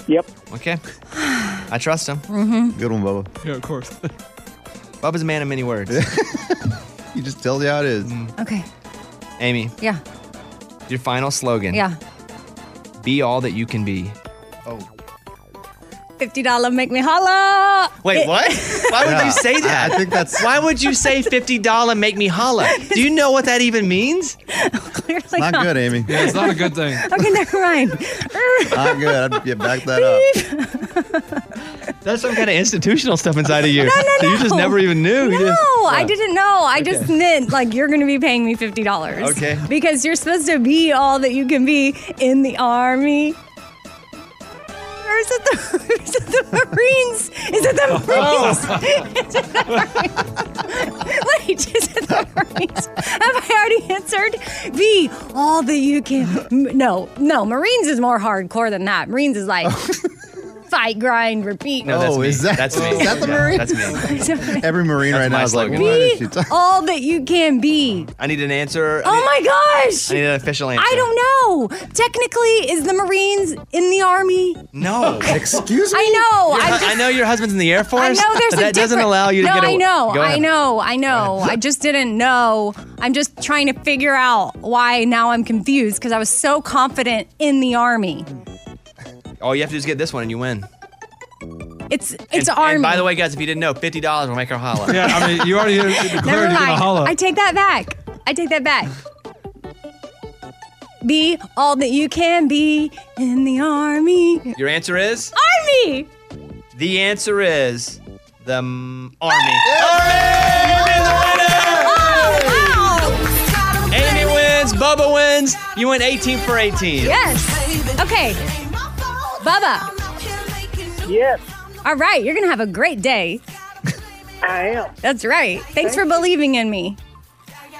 S: Yep.
D: Okay. I trust him.
F: Mm-hmm.
E: Good one, Bubba.
H: Yeah, of course.
D: Bubba's a man of many words. Mm.
E: you just tell you how it is.
F: Okay.
D: Amy,
F: Yeah.
D: your final slogan.
F: Yeah.
D: Be all that you can be.
F: $50 make me holla.
D: Wait, what? Why would
F: Yeah,
D: you say that?
F: I- I
D: think that's. Why would you say fifty dollar make me holla? Do you know what that even means?
F: Clearly
H: Yeah, it's not a good thing.
F: Okay, never mind.
E: not good. I'd, yeah, back that
D: That's some kind of institutional stuff inside of you.
F: No, no,
D: that You just
F: no.
D: never even
F: No,
D: knew. You just-
F: I
D: Yeah.
F: didn't know. I just
D: Okay.
F: meant like you're going to be paying me fifty dollars.
D: Okay.
F: Because you're supposed to be all that you can be in the army. Or is it the, is it the Marines? Is it the Marines?
D: Oh.
F: Is it the Marines? Wait, is it the Marines? Have I already answered? Be all that you can. M- No, no. Marines is more hardcore than that. Marines is like. fight, grind, repeat.
D: Oh. No, that's
E: Oh,
D: me.
E: is that-
D: that's me.
E: is that the
D: Yeah,
E: Marine?
D: That's me.
E: Every Marine right
D: my
E: now is like,
D: slogan.
E: what is
F: Be
E: she talking
F: all that you can be.
D: I need an answer. I
F: Oh
D: need-
F: my gosh!
D: I need an official answer.
F: I don't know. Technically, is the Marines in the Army?
D: No.
E: Excuse
F: me. I know.
D: Your
F: I'm
D: hu-
F: just,
D: I know your husband's in the Air Force.
F: I know there's
D: but
F: a
D: that doesn't
F: different-
D: allow you to
F: no,
D: get.
F: I
D: a-
F: know,
D: Go
F: I
D: ahead.
F: know, I know. I just didn't know. I'm just trying to figure out why now I'm confused because I was so confident in the army.
D: All you have to do is get this one and you win.
F: It's it's
D: and,
F: army.
D: And by the way, guys, if you didn't know, fifty dollars will make her holler.
H: Yeah, I mean, you already declared
F: Never mind. I take that back. I take that back. Be all that you can be in the army.
D: Your answer is
F: Army.
D: the answer is the mm, army. Amy wins. Bubba wins. You went eighteen for eighteen.
F: Yes. Okay. Bubba. Yes. All right. You're going to have a great day. I am. That's right. Thanks for believing in me.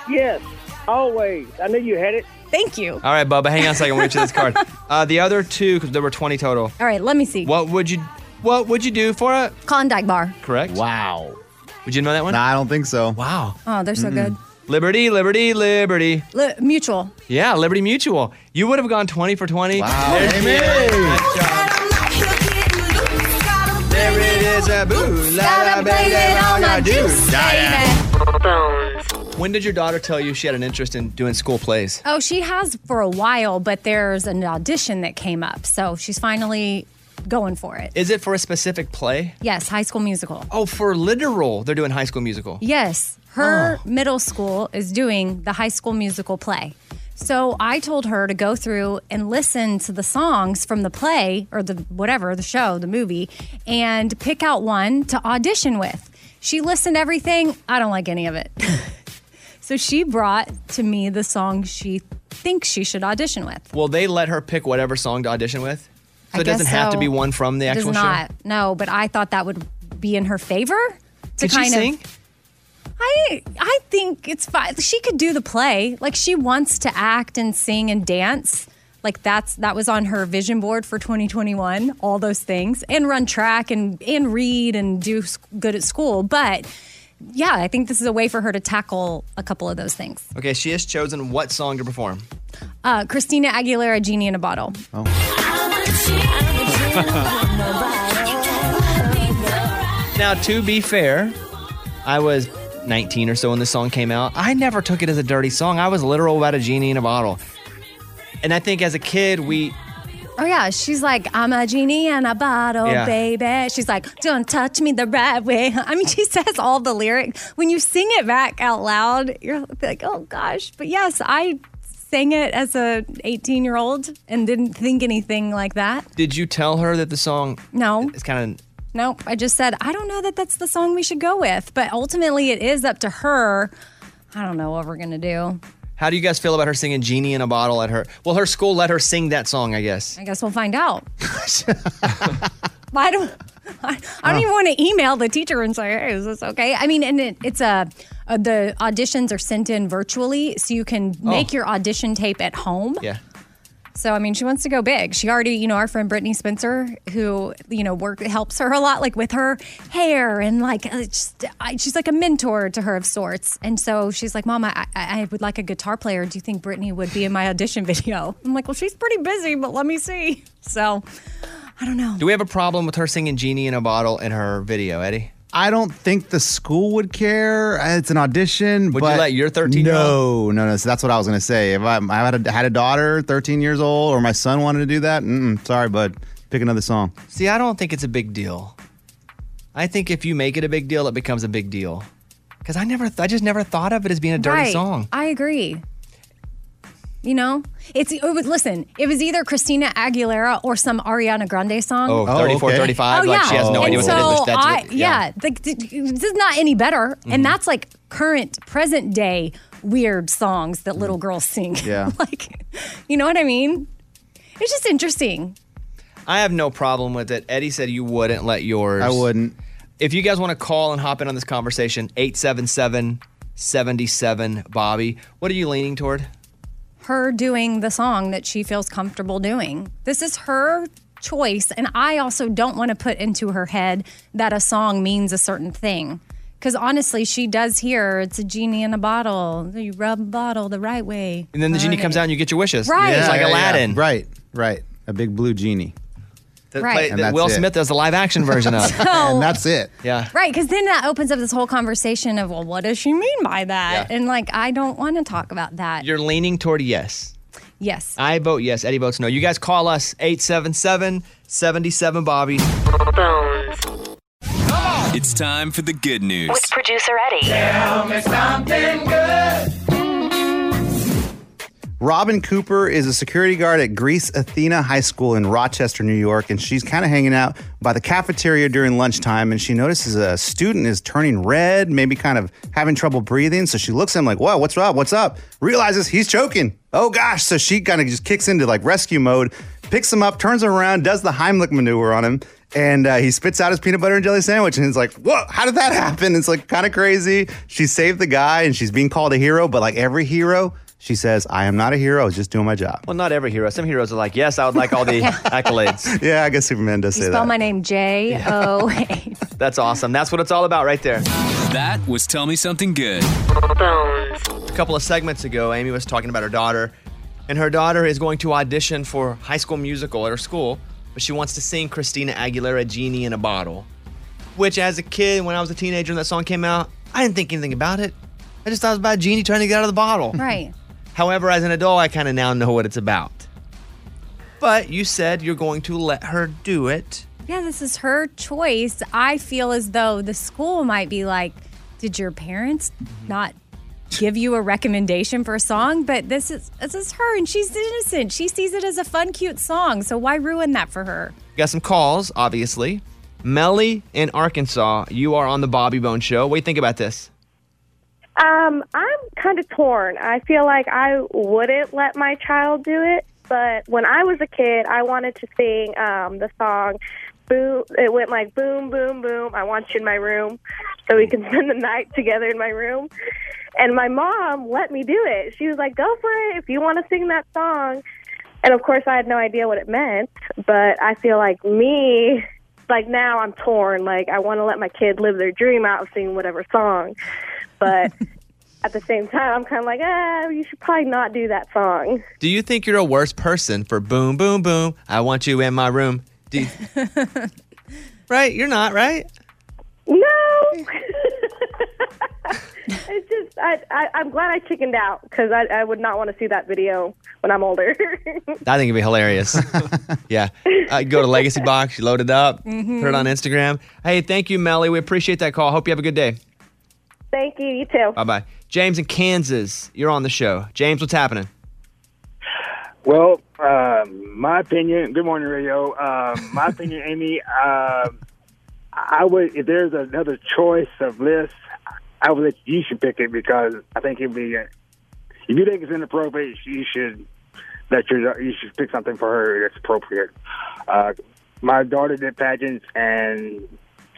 F: Yes. Always. I knew you had it. Thank you.
D: All right, Bubba, hang on a second. We'll get you this card. Uh, the other two, because there were twenty total.
F: All right. Let me see.
D: What would you What would you do for it?
F: Klondike Bar.
D: Correct. Wow. Would you know that one?
E: Nah, I don't think so.
D: Wow.
F: Oh, they're so good.
D: Liberty, liberty, liberty.
F: Li- mutual.
D: Yeah, Liberty Mutual. You would have gone 20 for 20. Wow.
E: Amy.
D: There it is, a boo.
F: La, la, baby, all my juice,
D: When did your daughter tell you she had an interest in doing school plays?
F: Oh, she has for a while, but there's an audition that came up. So she's finally going for it.
D: Is it for a specific play?
F: Yes. High School Musical.
D: Oh, for literal, they're doing High School Musical.
F: Yes, her middle school is doing the high school musical play. So I told her to go through and listen to the songs from the play or the whatever, the show, the movie, and pick out one to audition with. She listened to everything. I don't like any of it. so she brought to me the song she thinks she should audition with.
D: Will they let her pick whatever song to audition with? So
F: I
D: it doesn't
F: guess
D: have to
F: so.
D: be one from the
F: It
D: actual
F: does not. No, but I thought that would be in her favor to
D: Could she
F: kind of.
D: sing?
F: I I think it's fine. She could do the play. Like she wants to act and sing and dance. Like that's that was on her vision board for 2021. All those things and run track and and read and do s- good at school. But yeah, I think this is a way for her to tackle a couple of those things.
D: show? Okay, she has chosen what song to perform.
F: Uh, Christina Aguilera, "Genie in a Bottle."
D: Now, to be fair, I was 19 or so when this song came out. I never took it as a dirty song. I was literal about a genie in a bottle. And I think as a kid, we
F: Oh yeah, she's like, I'm a genie in a bottle,
D: Yeah.
F: baby. She's like, don't touch me the right way. I mean, she says all the lyrics. When you sing it back out loud, you're like, oh gosh. But yes, I sang it as a 18 year old and didn't think anything like that.
D: did you tell her that the song
F: No,
D: is kind of
F: no. I just said, I don't know that that's the song we should go with. But ultimately, it is up to her. I don't know what we're gonna do.
D: how do you guys feel about her singing genie in a bottle at her? Well, her school let her sing that song, I guess.
F: I guess we'll find out. I don't. I, I don't even want to email the teacher and say, "Hey, is this okay?" I mean, and it, it's a uh, the auditions are sent in virtually, so you can make
D: Oh.
F: your audition tape at home.
D: Yeah.
F: So I mean, she wants to go big. She already, you know, our friend Brittany Spencer, who you know work helps her a lot, like with her hair and like uh, just I, she's like a mentor to her of sorts. And so she's like, "Mom, I, I I would like a guitar player. Do you think Brittany would be in my audition video?" I'm like, "Well, she's pretty busy, but let me see." So I don't know.
D: Do we have a problem with her singing genie in a bottle in her video, Eddie?
E: I don't think the school would care. Uh, It's an audition. Would
D: you
E: but
D: let your 13 year
E: No, no, no. So that's what I was gonna say. If I, I had, a, had a daughter, thirteen years old, or my son wanted to do that, mm-mm, sorry, bud. Pick another song.
D: See, I don't think it's a big deal. I think if you make it a big deal, it becomes a big deal. Because I never, th- I just never thought of it as being a dirty
F: Right.
D: song.
F: I agree. You know, it's it was, listen. It was either Christina Aguilera or some Ariana Grande song.
D: Oh, 34, 35,
F: Oh,
D: like she has no
F: and
D: idea what
F: so
D: that is, but that's
F: I,
D: what- Mm-hmm.
F: yeah, like, th- this is not any better, and that's like current, present day weird songs that little girls sing.
D: Mm-hmm. Yeah.
F: like, you know what I mean? It's just interesting.
D: I have no problem with it. Eddie said you wouldn't let yours.
E: I wouldn't.
D: If you guys want to call and hop in on this conversation, 877 77 Bobby. What are you leaning toward?
F: Her doing the song that she feels comfortable doing. This is her choice. And I also don't want to put into her head that a song means a certain thing. Because honestly, she does hear it's a genie in a bottle. You rub a bottle the right way.
D: And then the genie comes out and you get your wishes.
F: Right.
D: It's like
F: Yeah, yeah, yeah.
D: Aladdin.
E: Right, right. A big blue genie.
D: That,
F: Right.
D: play-
F: And
D: that
E: that's
D: Will
E: it.
D: Smith does the live action version of.
F: So- And
E: that's it.
D: Yeah.
F: Right, because then that opens up this whole conversation of, well, what does she mean by that? And like, I don't want to talk about that.
D: You're leaning toward yes.
F: yes.
D: I vote yes. Eddie votes no. You guys call us 877 77 Bobby.
L: It's time for the good news.
B: With producer Eddie.
O: Tell me something good.
E: Robin Cooper is a security guard at Greece Athena High School in Rochester, New York, and she's kind of hanging out by the cafeteria during lunchtime. And she notices a student is turning red, maybe kind of having trouble breathing. So she looks at him like, "Whoa, what's up? What's up?" Realizes he's choking. Oh gosh! So she kind of just kicks into like rescue mode, picks him up, turns him around, does the Heimlich maneuver on him, and uh, he spits out his peanut butter and jelly sandwich. And it's like, "Whoa! How did that happen?" It's like kind of crazy. She saved the guy, and she's being called a hero. But like every hero. She says, I am not a hero. I was just doing my job.
D: Well, not every hero. Some heroes are like, yes, I would like all the accolades.
E: Yeah, I guess Superman does
F: You
E: say
F: spell
E: that.
F: my name J O A.
D: That's awesome. That's what it's all about right there.
L: That was Tell Me Something Good.
D: A couple of segments ago, Amy was talking about her daughter, and her daughter is going to audition for High School Musical at her school, but she wants to sing Christina Aguilera "Genie in a Bottle," which, as a kid, when I was a teenager and that song came out, I didn't think anything about it. I just thought it was about a genie trying to get out of the bottle.
F: Right.
D: However, as an adult, I kind of now know what it's about. But you said you're going to let her do it.
F: Yeah, this is her choice. I feel as though the school might be like, did your parents not give you a recommendation for a song? But this is this is her and she's innocent. She sees it as a fun, cute song. So why ruin that for her?
D: Got some calls, obviously. Melly in Arkansas, you are on the Bobby Bone Show. What do you think about this?
T: Um, I'm kind of torn. I feel like I wouldn't let my child do it, but when I was a kid, I wanted to sing um, the song. Boom! It went like boom, boom, boom. I want you in my room, so we can spend the night together in my room. And my mom let me do it. She was like, "Go for it if you want to sing that song." And of course, I had no idea what it meant, but I feel like me, like now I'm torn. Like I want to let my kid live their dream out of singing whatever song, but at the same time, I'm kind of like, ah, you should probably not do that song.
D: Do you think you're a worse person for boom, boom, boom? I want you in my room. Do you- right? You're not, right?
T: No. it's just I, I I'm glad I chickened out because I I would not want to see that video when I'm older.
D: I think it'd be hilarious. yeah. Uh, go to Legacy Box, you load it up,
T: Mhm.
D: put it on Instagram. Hey, thank you, Melly. We appreciate that call. Hope you have a good day.
T: Thank you. You too.
D: Bye bye. James in Kansas, you're on the show. James, what's happening?
U: Well, uh, my opinion. Good morning, radio. Uh, my opinion, Amy. Uh, I would if there's another choice of list, I would let you should pick it because I think it'd be. If you think it's inappropriate, you should let your you should pick something for her that's appropriate. Uh, my daughter did pageants, and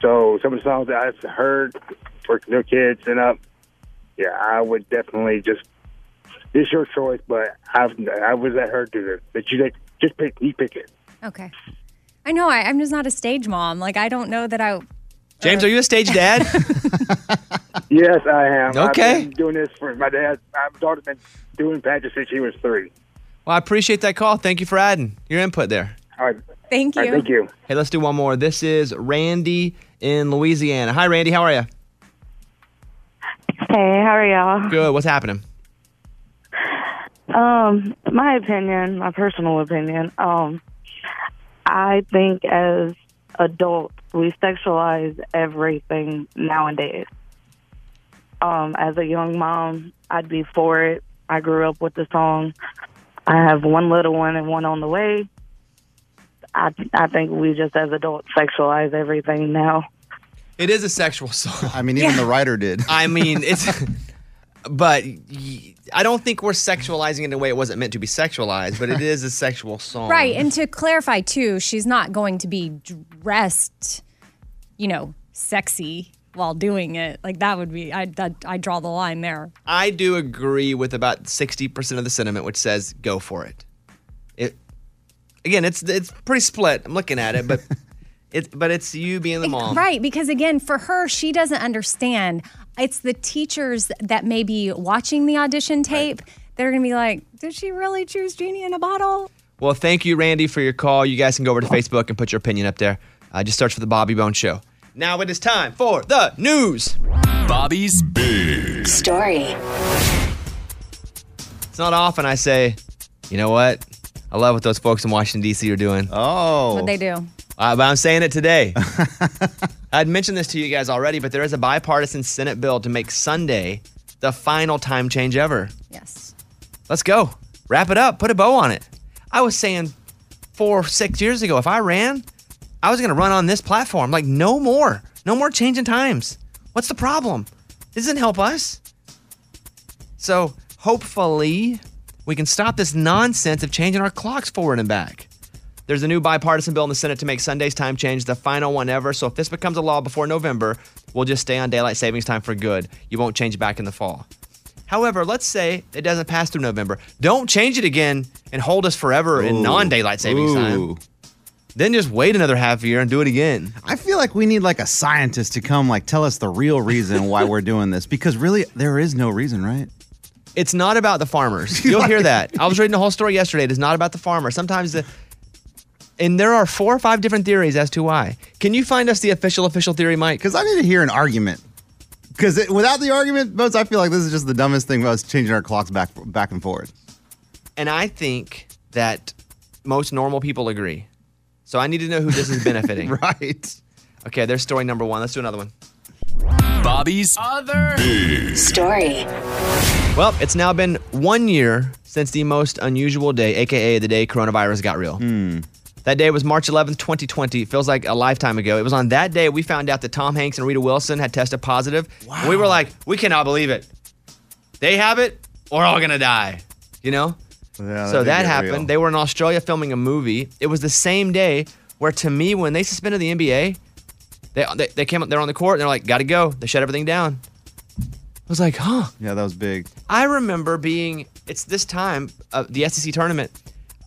U: so some of the songs that I've heard for their kids and up. Yeah, I would definitely just it's your choice, but I've, I was at her do this. But you like, just pick, you pick it.
F: Okay. I know I, I'm just not a stage mom. Like I don't know that I
D: James, are you a stage dad?
U: yes, I am.
D: Okay.
U: I've been doing this for my dad. My daughter's been doing pageants since she was three.
D: Well, I appreciate that call. Thank you for adding your input there.
U: All right.
F: Thank
U: All right, you. thank you.
D: Hey, let's do one more. This is Randy in Louisiana. Hi, Randy. How are you?
V: Hey, how are y'all?
D: Good. What's happening?
V: Um, my opinion, my personal opinion, um, I think as adults we sexualize everything nowadays. Um, as a young mom, I'd be for it. I grew up with the song. I have one little one and one on the way. I I think we just as adults sexualize everything now.
D: It is a sexual song.
E: I mean, even the writer did.
D: I mean, it's. But y- I don't think we're sexualizing it in a way it wasn't meant to be sexualized, but it is a sexual song.
F: Right. And to clarify, too, she's not going to be dressed, you know, sexy while doing it. Like that would be, I, that, I draw the line there.
D: I do agree with about 60% of the sentiment, which says go for it. It Again, it's it's pretty split. I'm looking at it, but it's but it's you being the mom.
F: Right, because again, for her, she doesn't understand. It's the teachers that may be watching the audition tape that are going to be like, did she really choose Genie in a bottle?
D: Well, thank you, Randy, for your call. You guys can go over to Facebook and put your opinion up there. Uh, just search for the Bobby Bone Show. Now it is time for the news. Bobby's big
B: Story.
D: It's not often I say, you know what? I love what those folks in Washington D.C. are doing. Oh,
F: What they do?
D: Uh, but I'm saying it today. I'd mentioned this to you guys already, but there is a bipartisan Senate bill to make Sunday the final time change ever.
F: Yes.
D: Let's go. Wrap it up. Put a bow on it. I was saying four, six years ago, if I ran, I was going to run on this platform. Like, no more. No more changing times. What's the problem? This doesn't help us. So, hopefully, we can stop this nonsense of changing our clocks forward and back. There's a new bipartisan bill in the Senate to make Sunday's time change the final one ever. So if this becomes a law before November, we'll just stay on daylight savings time for good. You won't change back in the fall. However, let's say it doesn't pass through November. Don't change it again and hold us forever in
E: Ooh.
D: non daylight savings
E: Ooh.
D: time. Then just wait another half year and do it again.
E: I feel like we need like a scientist to come like tell us the real reason why we're doing this because really there is no reason, right?
D: It's not about the farmers. You'll hear that. I was reading the whole story yesterday. It is not about the farmer. Sometimes the and there are four or five different theories as to why. Can you find us the official official theory, Mike?
E: Because I need to hear an argument. Because without the argument, Boats, I feel like this is just the dumbest thing about us changing our clocks back back and forth.
D: And I think that most normal people agree. So I need to know who this is benefiting.
E: right.
D: Okay, there's story number one. Let's do another one.
L: Bobby's
D: other
B: Story.
D: Well, it's now been one year since the most unusual day, aka the day coronavirus got real. That day was March 11th, 2020. It feels like a lifetime ago. It was on that day we found out that Tom Hanks and Rita Wilson had tested positive. Wow. We were like, we cannot believe it. They have it, we're all gonna die. You know?
E: Yeah,
D: so
E: did
D: that
E: get
D: happened.
E: real.
D: Uh, They were in Australia filming a movie. It was the same day where, to me, when they suspended the NBA, they they, they came up, they're on the court, and they're like, gotta go. They shut everything down. I was like, huh.
E: Yeah, that was big.
D: I remember being, it's this time, uh, the SEC tournament.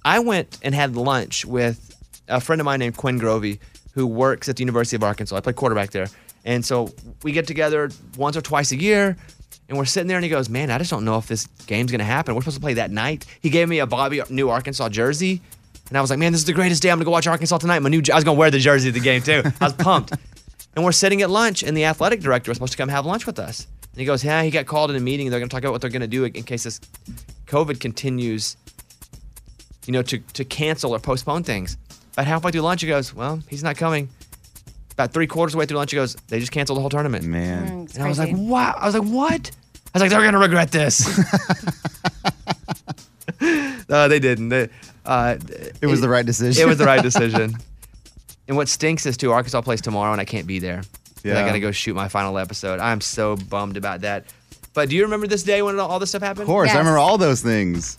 D: I went and had lunch with a friend of mine named Quinn Grovey, who works at the University of Arkansas. I play quarterback there. And so we get together once or twice a year, and we're sitting there, and he goes, Man, I just don't know if this game's going to happen. We're supposed to play that night. He gave me a Bobby New Arkansas jersey. And I was like, Man, this is the greatest day. I'm going to go watch Arkansas tonight. My new, jer- I was going to wear the jersey at the game, too. I was pumped. And we're sitting at lunch, and the athletic director was supposed to come have lunch with us. And he goes, Yeah, he got called in a meeting. They're going to talk about what they're going to do in case this COVID continues, you know, to, to cancel or postpone things. About halfway through lunch, he goes, Well, he's not coming. About three quarters of the way through lunch, he goes, They just canceled the whole tournament.
E: Man.
D: and I was like,
F: crazy.
D: Wow. I was like, What? I was like, They're going to regret this. no, they didn't. They, uh,
E: It was the right decision.
D: It was the right decision. and what stinks is too Arkansas plays tomorrow and I can't be there. Yeah. I
E: Yeah.
D: gotta go shoot my final episode. I'm so bummed about that. But do you remember this day when all this stuff happened?
E: Of course, I remember all those things.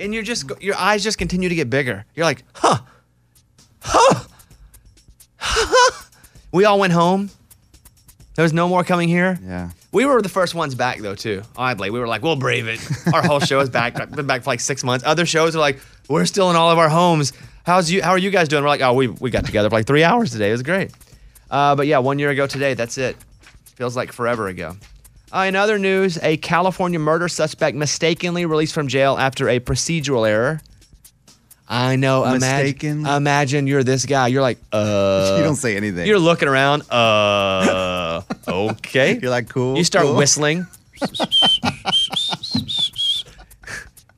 D: And you're just your eyes just continue to get bigger. You're like, huh, huh. we all went home. There was no more coming here.
E: Yeah.
D: We were the first ones back though too. Oddly, we were like, we'll brave it. Our whole show is back. Been back for like six months. Other shows are like, we're still in all of our homes. How's you? How are you guys doing? We're like, oh, we we got together for like three hours today. It was great. Uh, but yeah, one year ago today. That's it. Feels like forever ago. Uh, in other news, a California murder suspect mistakenly released from jail after a procedural error. I know. Imagine,
E: Mistakenly?
D: imagine you're this guy. You're like, uh.
E: You don't say anything.
D: You're looking around. Uh. okay.
E: You're like, cool.
D: You start
E: cool.
D: whistling.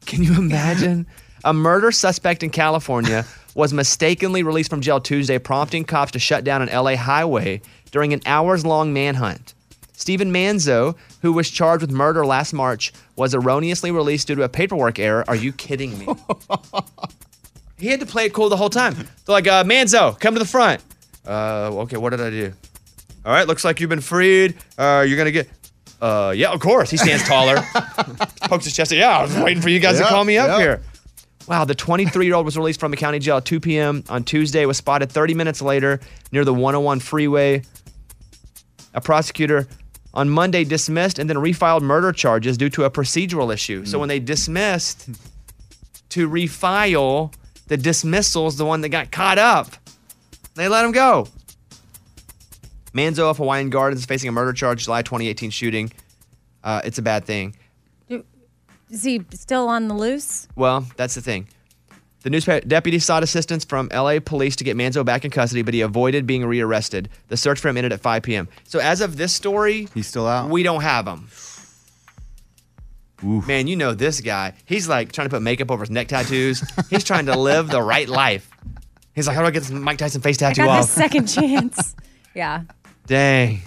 D: Can you imagine? A murder suspect in California was mistakenly released from jail Tuesday, prompting cops to shut down an LA highway during an hours long manhunt. Stephen Manzo, who was charged with murder last March, was erroneously released due to a paperwork error. Are you kidding me? he had to play it cool the whole time. They're like, uh, Manzo, come to the front. Uh, okay, what did I do? All right, looks like you've been freed. Uh, you're gonna get. Uh, yeah, of course. He stands taller, pokes his chest. Yeah, I was waiting for you guys
R: Yeah,
D: to call me up
R: yeah.
D: here. Wow, the 23 year old was released from a county jail at 2 p.m. on Tuesday. Was spotted 30 minutes later near the 101 freeway. A prosecutor on Monday dismissed and then refiled murder
R: Hmm.
D: charges due to a procedural issue. So when they dismissed to refile, the dismissal's the one that got caught up. They let him go. Manzo of Hawaiian Gardens is facing a murder charge, July 2018 shooting. Uh, it's a bad thing.
F: Is he still on the loose?
D: Well, that's the thing. The newspaper deputy sought assistance from LA police to get Manzo back in custody, but he avoided being rearrested. The search for him ended at 5 p.m. So as of this story,
E: He's still out.
D: we don't have him. Man, you know this guy. He's like trying to put makeup over his neck tattoos. He's trying to live the right life. He's like, how do I get this Mike Tyson face
F: I
D: tattoo
F: got
D: off?
F: this second chance. Yeah.
D: Dang.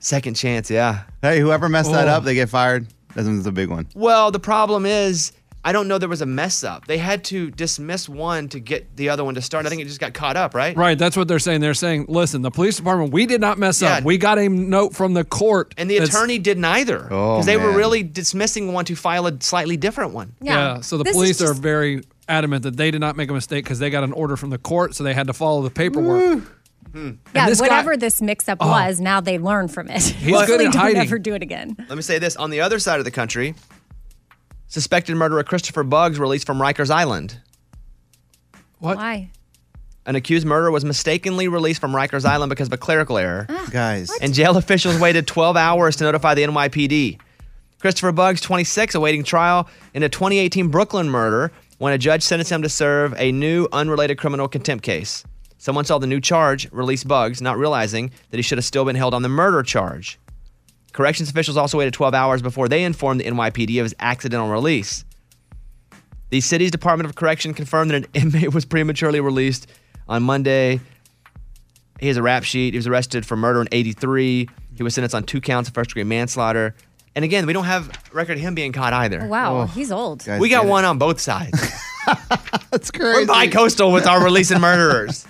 D: Second chance, yeah.
E: Hey, whoever messed that
D: Oh.
E: up, they get fired. That's a big one.
D: Well, the problem is, I don't know there was a mess up. They had to dismiss one to get the other one to start. I think it just got caught up, right?
H: Right, that's what they're saying. They're saying, listen, the police department, we did not mess up. We got a note from the court.
D: And the
H: that's-
D: attorney didn't either.
H: Oh,
D: Because they were
H: man.
D: really dismissing one to file a slightly different one.
H: Yeah. so the police are very adamant that they did not make a mistake because they got an order from the court, so they had to follow the paperwork.
F: Yeah,
H: this guy-
F: whatever this mix up
D: Oh.
F: was, now they learned from it.
D: He's good
F: Hopefully
D: at
F: don't
D: hiding.
F: ever do it again.
D: Let me say this on the other side of the country, suspected murderer Christopher Buggs released from Rikers Island.
H: What?
F: Why?
D: An accused murderer was mistakenly released from Rikers Island because of a clerical error.
H: Ah,
E: Guys.
D: And jail officials waited 12 hours to notify the NYPD. Christopher Buggs, 26, awaiting trial in a 2018 Brooklyn murder when a judge sentenced him to serve a new unrelated criminal contempt case. Someone saw the new charge, released Buggs, not realizing that he should have still been held on the murder charge. Corrections officials also waited 12 hours before they informed the NYPD of his accidental release. The city's Department of Correction confirmed that an inmate was prematurely released on Monday. He has a rap sheet. He was arrested for murder in 83. He was sentenced on two counts of first degree manslaughter. And again, we don't have record of him being caught either.
F: Oh, wow, he's old.
D: we got one on both sides.
E: That's crazy.
D: We're bi-coastal with our releasing murderers.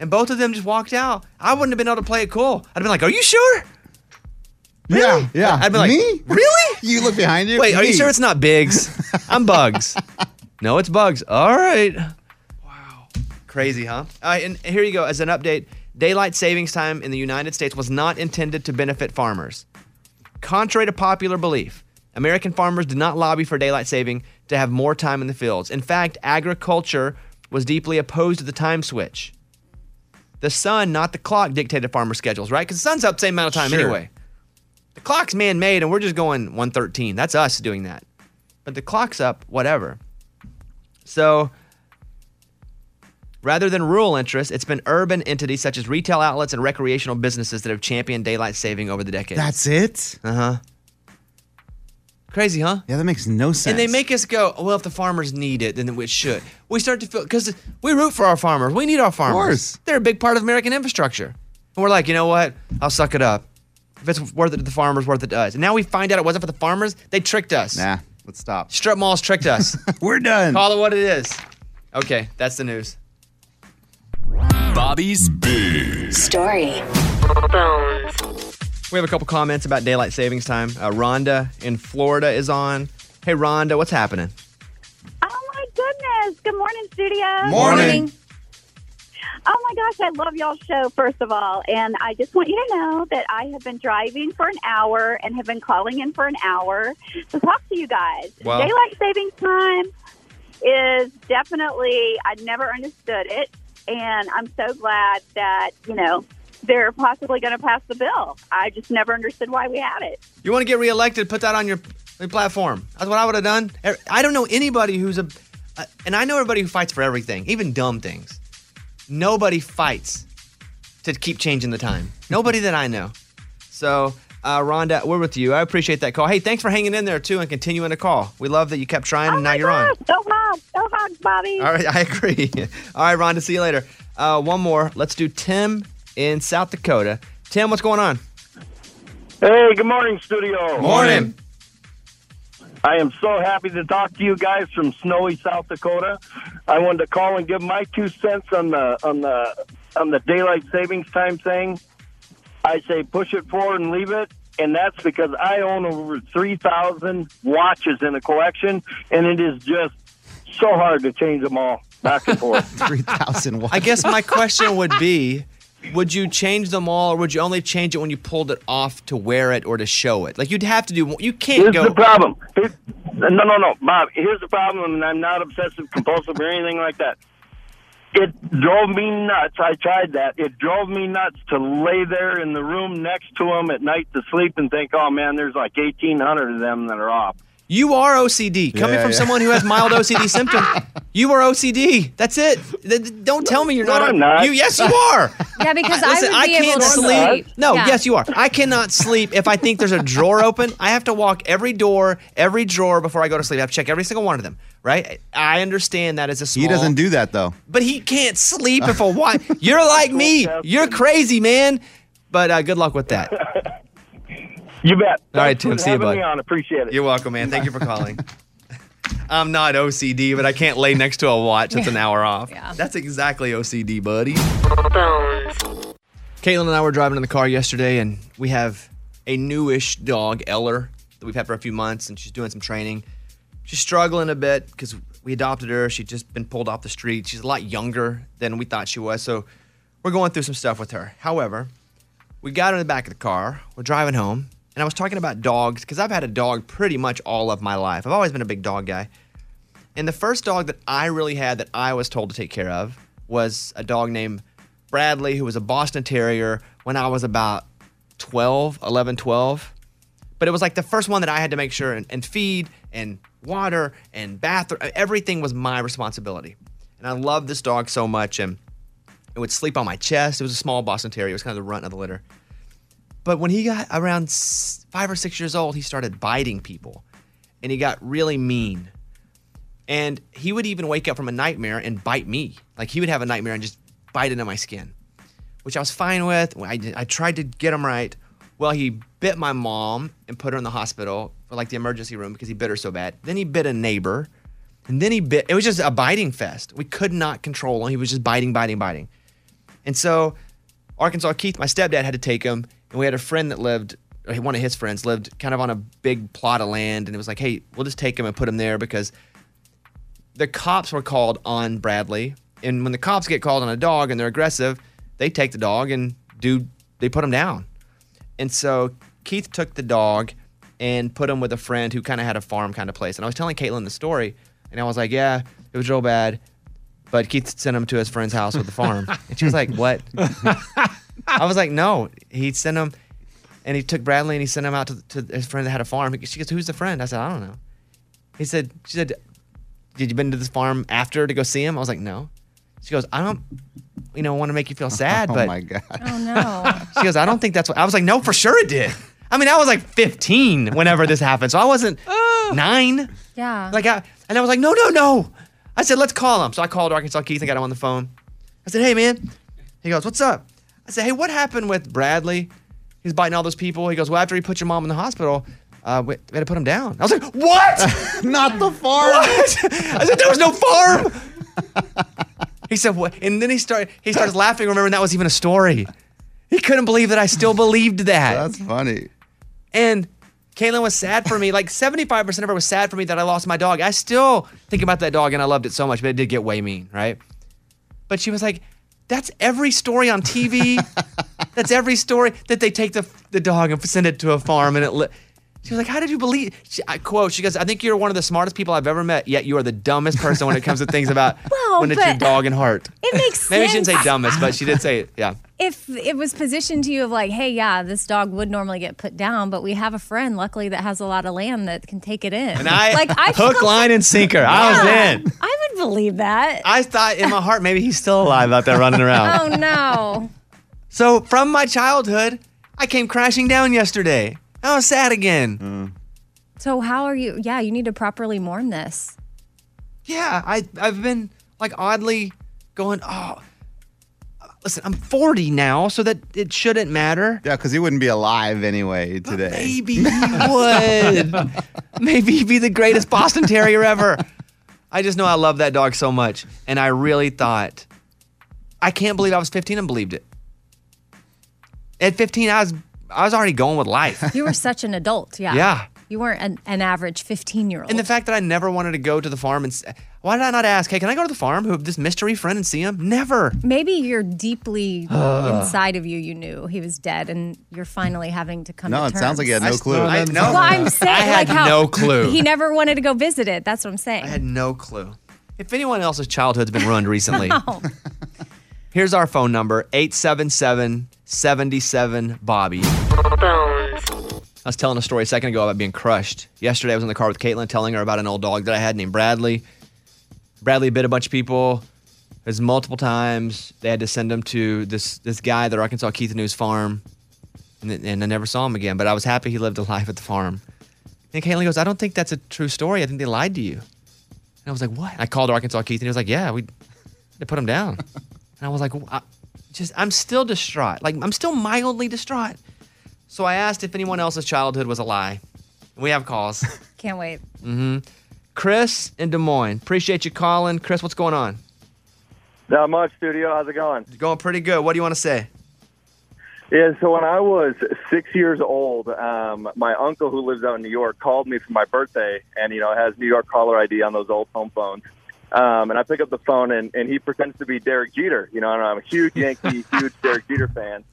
D: And both of them just walked out. I wouldn't have been able to play it cool. I'd have been like, "Are you sure?"
E: Yeah, yeah.
D: I'd be like,
E: me?
D: Really?
E: you look behind you.
D: Wait, are you
E: Me.
D: sure it's not Biggs? I'm Bugs. no, it's Bugs. All right. Wow. Crazy, huh? All right, and here you go. As an update, daylight savings time in the United States was not intended to benefit farmers. Contrary to popular belief, American farmers did not lobby for daylight saving to have more time in the fields. In fact, agriculture was deeply opposed to the time switch. The sun, not the clock, dictated farmer schedules, right? Because the sun's up the same amount of time
G: Sure.
D: anyway. The clock's man-made, and we're just going 113. That's us doing that. But the clock's up, whatever. So, rather than rural interests, it's been urban entities such as retail outlets and recreational businesses that have championed daylight saving over the decades.
E: That's it.
D: Uh huh. Crazy, huh?
E: Yeah, that makes no sense.
D: And they make us go, well, if the farmers need it, then it should. We start to feel, because we root for our farmers. We need our farmers.
E: course.
D: They're a big part of American infrastructure. And we're like, you know what? I'll suck it up. If it's worth it to the farmers, worth it to us. And now we find out it wasn't for the farmers. They tricked us.
E: Nah, let's stop.
D: Strip malls tricked us.
E: we're done.
D: Call it what it is. Okay, that's the news.
L: Bobby's Big
B: Story.
D: We have a couple comments about daylight savings time. Uh, Rhonda in Florida is on. Hey, Rhonda, what's happening?
K: Oh, my goodness. Good morning, studio.
D: Morning.
K: Oh my gosh, I love y'all's show, first of all. And I just want you to know that I have been driving for an hour and have been calling in for an hour to talk to you guys.
W: Wow.
K: Daylight savings time is definitely, I never understood it. And I'm so glad that, you know, they're possibly going to pass the bill. I just never understood why we had it.
D: You want to get reelected? Put that on your, your platform. That's what I would have done. Er- I don't know anybody who's a, uh, and I know everybody who fights for everything, even dumb things. Nobody fights to keep changing the time. Nobody that I know. So, uh, Rhonda, we're with you. I appreciate that call. Hey, thanks for hanging in there too and continuing to call. We love that you kept trying and now you're on.
K: Go hog, go hog, Bobby.
D: All right, I agree. All right, Rhonda, see you later. Uh, one more. Let's do Tim in South Dakota. Tim, what's going on?
X: Hey, good morning, studio.
D: Morning.
X: I am so happy to talk to you guys from snowy South Dakota. I wanted to call and give my two cents on the on the on the daylight savings time thing. I say push it forward and leave it, and that's because I own over three thousand watches in a collection, and it is just so hard to change them all back and forth.
E: Three thousand.
D: I guess my question would be would you change them all or would you only change it when you pulled it off to wear it or to show it? Like you'd have to do you can't
X: Here's
D: go
X: the problem. Here- No, no, no, Bob. Here's the problem, and I'm not obsessive compulsive or anything like that. It drove me nuts. I tried that. It drove me nuts to lay there in the room next to him at night to sleep and think, oh man, there's like 1,800 of them that are off.
D: You are OCD. Coming
X: Yeah,
D: from
X: yeah.
D: someone who has mild OCD symptoms, you are OCD. That's it. Th- th- Don't tell me you're
X: No,
D: not.
X: I'm not.
D: You yes, you are.
F: Yeah, because I
D: Listen,
F: would be
D: can't
F: able to
D: sleep.
F: sleep.
D: No,
F: Yeah.
D: yes, you are. I cannot sleep if I think there's a drawer open. I have to walk every door, every drawer before I go to sleep. I have to check every single one of them. Right? I understand that as a small.
E: He doesn't do that though.
D: But he can't sleep if a why? You're like me. You're crazy, man. But uh, good luck with that.
X: You bet.
D: All right,
X: Thanks
D: Tim.
X: for
D: See you,
X: having
D: bud.
X: me on. Appreciate it.
D: You're welcome, man. Thank you for calling. I'm not OCD, but I can't lay next to a watch that's an hour off. That's exactly OCD, buddy. Caitlin and I were driving in the car yesterday, and we have a newish dog, Eller, that we've had for a few months, and she's doing some training. She's struggling a bit because we adopted her. She'd just been pulled off the street. She's a lot younger than we thought she was, so we're going through some stuff with her. However, we got in the back of the car. We're driving home, and I was talking about dogs because I've had a dog pretty much all of my life. I've always been a big dog guy. And the first dog that I really had that I was told to take care of was a dog named Bradley, who was a Boston Terrier when I was about 12, 11, 12. But it was like the first one that I had to make sure and, and feed and water and bathroom. Everything was my responsibility. And I loved this dog so much. And it would sleep on my chest. It was a small Boston Terrier. It was kind of the runt of the litter. But when he got around s- five or six years old, he started biting people and he got really mean. And he would even wake up from a nightmare and bite me. Like he would have a nightmare and just bite into my skin, which I was fine with. I, did- I tried to get him right. Well, he bit my mom and put her in the hospital for like the emergency room because he bit her so bad. Then he bit a neighbor. And then he bit, it was just a biting fest. We could not control him. He was just biting, biting, biting. And so Arkansas Keith, my stepdad, had to take him, and we had a friend that lived, or one of his friends lived kind of on a big plot of land, and it was like, hey, we'll just take him and put him there because the cops were called on Bradley, and when the cops get called on a dog and they're aggressive, they take the dog and do they put him down. And so Keith took the dog and put him with a friend who kind of had a farm kind of place. And I was telling Caitlin the story, and I was like, yeah, it was real bad. But Keith sent him to his friend's house with the farm. And she was like, What? I was like, No. He sent him, and he took Bradley and he sent him out to, to his friend that had a farm. She goes, Who's the friend? I said, I don't know. He said, She said, Did you been to this farm after to go see him? I was like, No. She goes, I don't, you know, want to make you feel sad,
E: Oh
D: but
E: my god.
F: Oh no.
D: she goes, I don't think that's what I was like, no, for sure it did. I mean, I was like 15 whenever this happened. So I wasn't nine.
F: Yeah.
D: Like I, and I was like, no, no, no. I said, let's call him. So I called Arkansas Keith and got him on the phone. I said, hey man. He goes, what's up? I said, hey, what happened with Bradley? He's biting all those people. He goes, well, after he put your mom in the hospital, uh, we, we had to put him down. I was like, what?
E: Not the farm.
D: I said, there was no farm. he said, what? And then he started. He starts laughing, remembering that was even a story. He couldn't believe that I still believed that. That's
E: funny.
D: And Caitlin was sad for me. Like 75% of her was sad for me that I lost my dog. I still think about that dog and I loved it so much, but it did get way mean, right? But she was like, that's every story on TV. that's every story that they take the, the dog and send it to a farm and it. Li- she was like, "How did you believe?" She, I quote, "She goes, I think you're one of the smartest people I've ever met. Yet you are the dumbest person when it comes to things about
F: Well,
D: when it's your
F: but-
D: dog and heart."
F: It makes
D: Maybe she didn't say
F: sense.
D: dumbest, but she did say it. Yeah.
F: if it was positioned to you of like, hey, yeah, this dog would normally get put down, but we have a friend, luckily, that has a lot of land that can take it in.
D: And I,
F: like, I
D: hook,
F: feel-
D: line, and sinker. I
F: Yeah,
D: was in.
F: I would believe that.
D: I thought in my heart maybe he's still alive out there running around.
F: Oh no.
D: So from my childhood, I came crashing down yesterday. I was sad again.
F: So how are you? Yeah, you need to properly mourn this.
D: Yeah, I I've been like oddly going. Oh, listen, I'm 40 now, so that it shouldn't matter.
E: Yeah, because he wouldn't be alive anyway today.
D: Maybe he would. Maybe he'd be the greatest Boston Terrier ever. I just know I love that dog so much, and I really thought I can't believe I was 15 and believed it. At 15, I was I was already going with life.
F: You were such an adult. Yeah.
D: Yeah.
F: You weren't an, an average 15 year old.
D: And the fact that I never wanted to go to the farm and s- why did I not ask? Hey, can I go to the farm? Who this mystery friend and see him? Never.
F: Maybe you're deeply
D: Ugh.
F: inside of you, you knew he was dead, and you're finally having to come
E: No,
F: to
E: it
F: terms.
E: sounds like you had no I s- clue. no,
D: I- no.
F: Well, I'm saying,
D: I had
F: like how
D: no clue.
F: He never wanted to go visit it. That's what I'm saying.
D: I had no clue. If anyone else's childhood's been ruined recently,
F: No.
D: here's our phone number 877 77 Bobby. I was telling a story a second ago about being crushed. Yesterday, I was in the car with Caitlin telling her about an old dog that I had named Bradley. Bradley bit a bunch of people. There's multiple times they had to send him to this this guy at the Arkansas Keith News farm, and, then- and I never saw him again. But I was happy he lived a life at the farm. And Caitlin goes, "I don't think that's a true story. I think they lied to you." And I was like, "What?" I called Arkansas Keith, and he was like, "Yeah, we they put him down." and I was like, "Wh- I, "Just I'm still distraught. Like I'm still mildly distraught." So I asked if anyone else's childhood was a lie. We have calls.
F: Can't wait.
D: hmm Chris in Des Moines, appreciate you calling. Chris, what's going on?
G: Not much, studio. How's it going?
D: Going pretty good. What do you want to say?
G: Yeah, so when I was six years old, um, my uncle who lives out in New York called me for my birthday, and you know it has New York caller ID on those old home phones. Um, and I pick up the phone, and, and he pretends to be Derek Jeter. You know, and I'm a huge Yankee, huge Derek Jeter fan,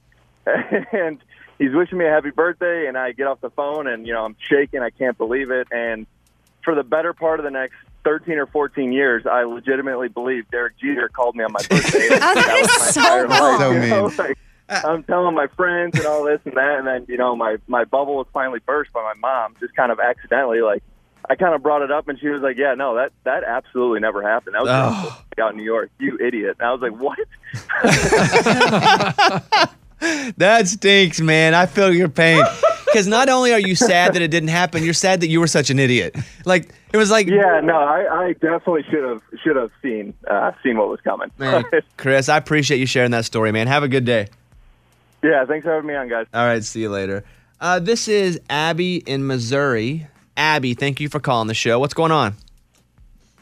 G: and he's wishing me a happy birthday. And I get off the phone, and you know I'm shaking. I can't believe it. And for the better part of the next 13 or 14 years, I legitimately believe Derek Jeter called me on my birthday. that
C: is
G: was my
C: so
G: entire life,
E: wrong.
G: you
E: So
G: know?
E: mean.
G: Like, I'm telling my friends and all this and that, and then you know my my bubble was finally burst by my mom, just kind of accidentally. Like I kind of brought it up, and she was like, "Yeah, no, that that absolutely never happened. That was just out in New York, you idiot." And I was like, "What?"
D: That stinks, man. I feel your pain. Because not only are you sad that it didn't happen, you're sad that you were such an idiot. Like it was like
G: yeah, no, I, I definitely should have should have seen uh, seen what was coming.
D: Man, Chris, I appreciate you sharing that story, man. Have a good day.
G: yeah, thanks for having me on, guys.
D: All right, see you later. Uh, this is Abby in Missouri. Abby, thank you for calling the show. What's going on?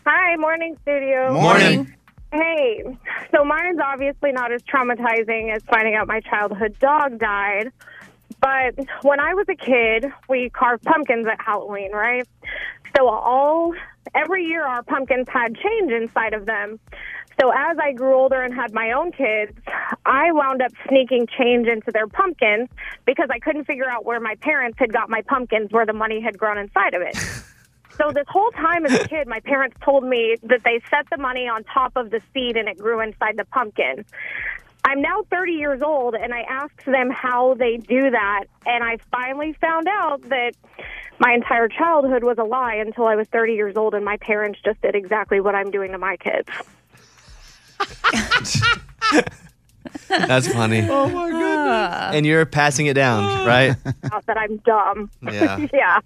T: Hi, morning studio. Hey, so mine's obviously not as traumatizing as finding out my childhood dog died. But when I was a kid, we carved pumpkins at Halloween, right? So all every year our pumpkins had change inside of them. So as I grew older and had my own kids, I wound up sneaking change into their pumpkins because I couldn't figure out where my parents had got my pumpkins where the money had grown inside of it. So this whole time as a kid, my parents told me that they set the money on top of the seed and it grew inside the pumpkin. I'm now 30 years old and I asked them how they do that and I finally found out that my entire childhood was a lie until I was 30 years old and my parents just did exactly what I'm doing to my kids.
D: That's funny.
T: Oh, my goodness.
D: And you're passing it down, right?
T: Out that I'm dumb.
D: Yeah.
T: yeah.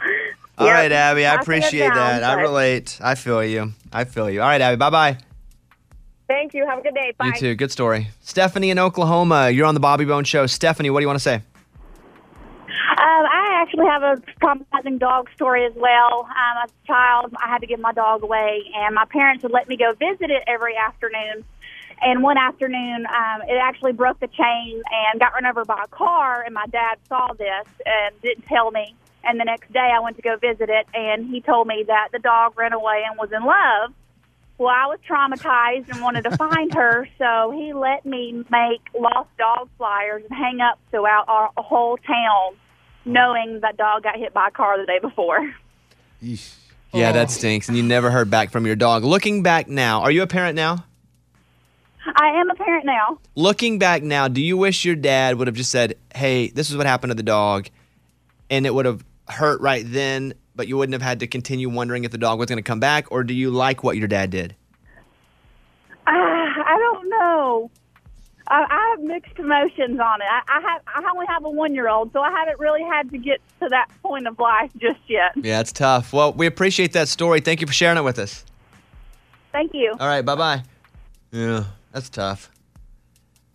D: All
T: Yep.
D: right, Abby. I
T: Passing it
D: appreciate
T: down,
D: that. I
T: but-
D: relate. I feel you. I feel you. All right, Abby. Bye bye.
T: Thank you. Have a good day. Bye.
D: You too. Good story. Stephanie in Oklahoma. You're on the Bobby Bone Show. Stephanie, what do you want to say?
I: Um, I actually have a traumatizing dog story as well. Um, as a child, I had to give my dog away, and my parents would let me go visit it every afternoon. And one afternoon, um, it actually broke the chain and got run over by a car. And my dad saw this and didn't tell me. And the next day, I went to go visit it, and he told me that the dog ran away and was in love. Well, I was traumatized and wanted to find her, so he let me make lost dog flyers and hang up throughout our whole town, knowing that dog got hit by a car the day before.
D: Yeah, that stinks. And you never heard back from your dog. Looking back now, are you a parent now?
I: I am a parent now.
D: Looking back now, do you wish your dad would have just said, hey, this is what happened to the dog? And it would have hurt right then, but you wouldn't have had to continue wondering if the dog was going to come back? Or do you like what your dad did?
I: Ah, I don't know. I, I have mixed emotions on it. I, I have I only have a one year old, so I haven't really had to get to that point of life just yet.
D: Yeah, it's tough. Well, we appreciate that story. Thank you for sharing it with us.
I: Thank you.
D: All right, bye bye. Yeah, that's tough.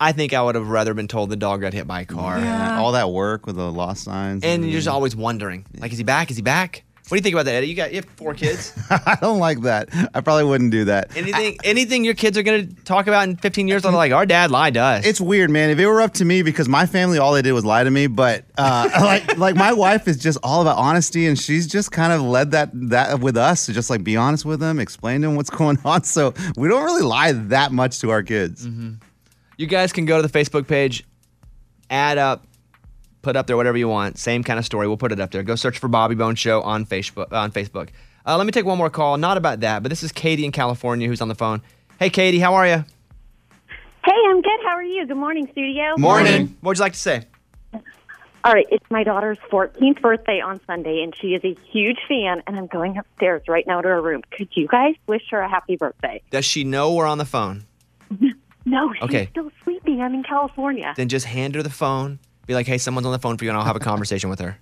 D: I think I would have rather been told the dog got hit by a car.
E: All that work with the lost signs.
D: And you're just always wondering, like, is he back? Is he back? What do you think about that, Eddie? You got you have four kids.
E: I don't like that. I probably wouldn't do that.
D: Anything anything your kids are gonna talk about in 15 years, they're like, our dad lied to us.
E: It's weird, man. If it were up to me, because my family, all they did was lie to me. But uh, like, like my wife is just all about honesty, and she's just kind of led that that with us to just like be honest with them, explain to them what's going on. So we don't really lie that much to our kids.
D: You guys can go to the Facebook page, add up, put up there whatever you want. Same kind of story. We'll put it up there. Go search for Bobby Bone Show on Facebook. On Facebook. Uh, let me take one more call. Not about that, but this is Katie in California who's on the phone. Hey, Katie, how are you?
A: Hey, I'm good. How are you? Good morning, studio.
D: What would you like to say?
A: All right, it's my daughter's 14th birthday on Sunday, and she is a huge fan. And I'm going upstairs right now to her room. Could you guys wish her a happy birthday?
D: Does she know we're on the phone?
A: No, she's
D: Okay.
A: still sleeping. I'm in California.
D: Then just hand her the phone. Be like, hey, someone's on the phone for you, and I'll have a conversation with her.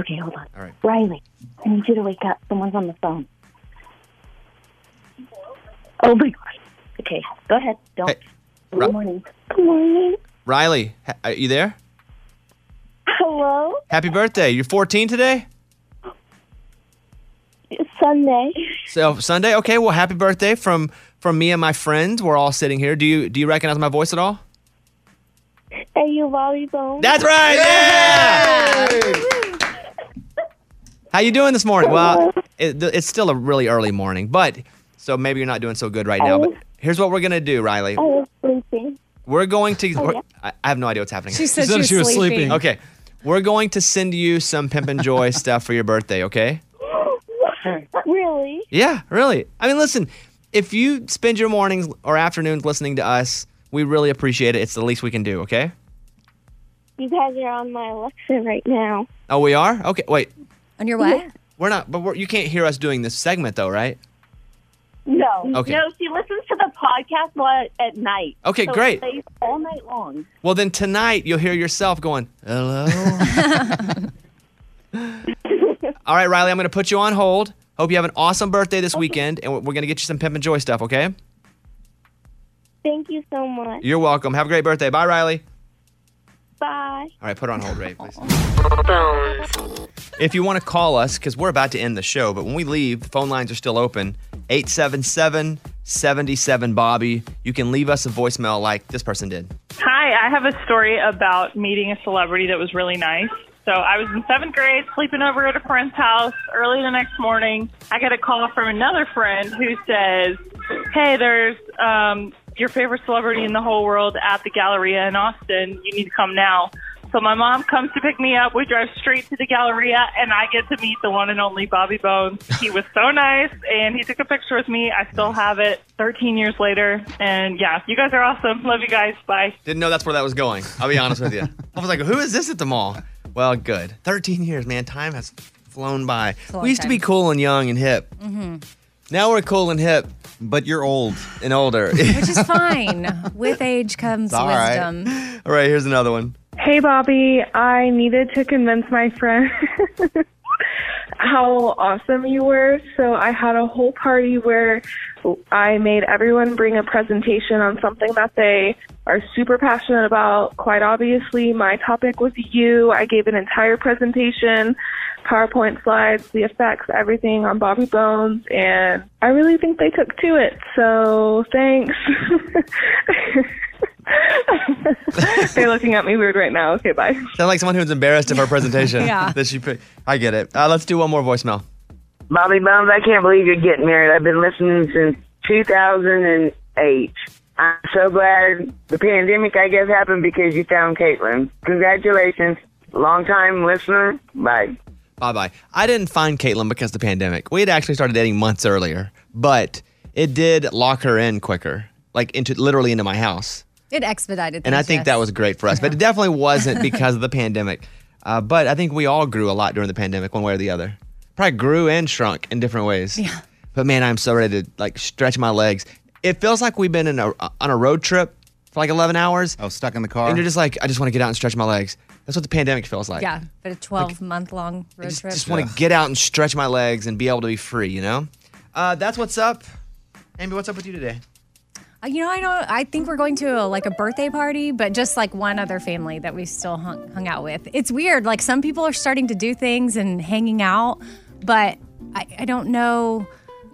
A: okay, hold on.
D: All right.
A: Riley, I need you to wake up. Someone's on the phone. Oh my gosh. Okay, go ahead. Don't.
D: Hey, Ri-
A: Good morning. Good morning.
D: Riley, ha- are you there?
A: Hello.
D: Happy birthday. You're 14 today?
A: Sunday.
D: So Sunday, okay. Well, happy birthday from from me and my friends. We're all sitting here. Do you do you recognize my voice at all?
A: Are you volleyball?
D: That's right. Yeah. How you doing this morning? Well, it, th- it's still a really early morning, but so maybe you're not doing so good right now. But here's what we're gonna do, Riley.
A: was sleeping.
D: We're going to.
A: Oh,
D: we're-
A: yeah.
D: I, I have no idea what's happening.
A: She said She said she was she was sleeping. sleeping.
D: Okay, we're going to send you some Pimp and Joy stuff for your birthday. Okay.
A: really?
D: Yeah, really. I mean, listen, if you spend your mornings or afternoons listening to us, we really appreciate it. It's the least we can do, okay?
A: You guys are on my Alexa right now.
D: Oh, we are? Okay, wait.
F: On your way?
D: We're not, but we're, you can't hear us doing this segment, though, right?
A: No.
D: Okay.
A: No, she listens to the podcast while at night.
D: Okay,
A: So it
D: great.
A: plays all night long.
D: Well, then tonight you'll hear yourself going, hello. All right, Riley, I'm going to put you on hold. Hope you have an awesome birthday this weekend, and we're going to get you some Pimp and Joy stuff, okay?
A: Thank you so much.
D: You're welcome. Have a great birthday. Bye, Riley.
A: Bye.
D: All right, put her on hold, Ray, please. If you want to call us, because we're about to end the show, but when we leave, the phone lines are still open 877 77 Bobby. You can leave us a voicemail like this person did.
J: Hi, I have a story about meeting a celebrity that was really nice. So I was in seventh grade, sleeping over at a friend's house. Early the next morning, I get a call from another friend who says, "Hey, there's um, your favorite celebrity in the whole world at the Galleria in Austin. You need to come now." So my mom comes to pick me up. We drive straight to the Galleria, and I get to meet the one and only Bobby Bones. He was so nice, and he took a picture with me. I still have it 13 years later. And yeah, you guys are awesome. Love you guys. Bye.
D: Didn't know that's where that was going. I'll be honest with you. I was like, who is this at the mall? Well, good. 13 years, man. Time has flown by.
F: a long
D: We used to be
F: time.
D: cool and young and hip.
F: Mm-hmm.
D: Now we're cool and hip. But you're old and older.
F: Which is fine. With age comes
D: It's all right.
F: wisdom.
D: All right, here's another one.
M: Hey, Bobby. I needed to convince my friend how awesome you were. So I had a whole party where I made everyone bring a presentation on something that they are super passionate about. Quite obviously, my topic was you. I gave an entire presentation, PowerPoint slides, the effects, everything on Bobby Bones, and I really think they took to it. So thanks. They're looking at me weird right now. Okay, bye.
D: Sound like someone who's embarrassed of our presentation.
M: Yeah.
D: That she picked. I get it. Uh, let's do one more voicemail.
W: Bobby Bones, I can't believe you're getting married. I've been listening since 2008. I'm so glad the pandemic, I guess, happened because you found Caitlin. Congratulations. Long time listener. Bye.
D: Bye bye. I didn't find Caitlin because of the pandemic. We had actually started dating months earlier, but it did lock her in quicker, like into literally into my house.
F: It expedited things.
D: And I think
F: yes.
D: that was great for us, but it definitely wasn't because of the pandemic. Uh, but I think we all grew a lot during the pandemic, one way or the other. Probably grew and shrunk in different ways. Yeah. But man, I'm so ready to like stretch my legs. It feels like we've been in a, uh, on a road trip for like 11 hours. Oh, stuck in the car. And you're just like, I just want to get out and stretch my legs. That's what the pandemic feels like.
F: yeah, but a 12 month long road trip.
D: Just want to get out and stretch my legs and be able to be free, you know? Uh, that's what's up. Amy, what's up with you today?
F: Uh, You know, I don't. I think we're going to a, like a birthday party, but just like one other family that we still hung, hung out with. It's weird. Like some people are starting to do things and hanging out, but I, I don't know.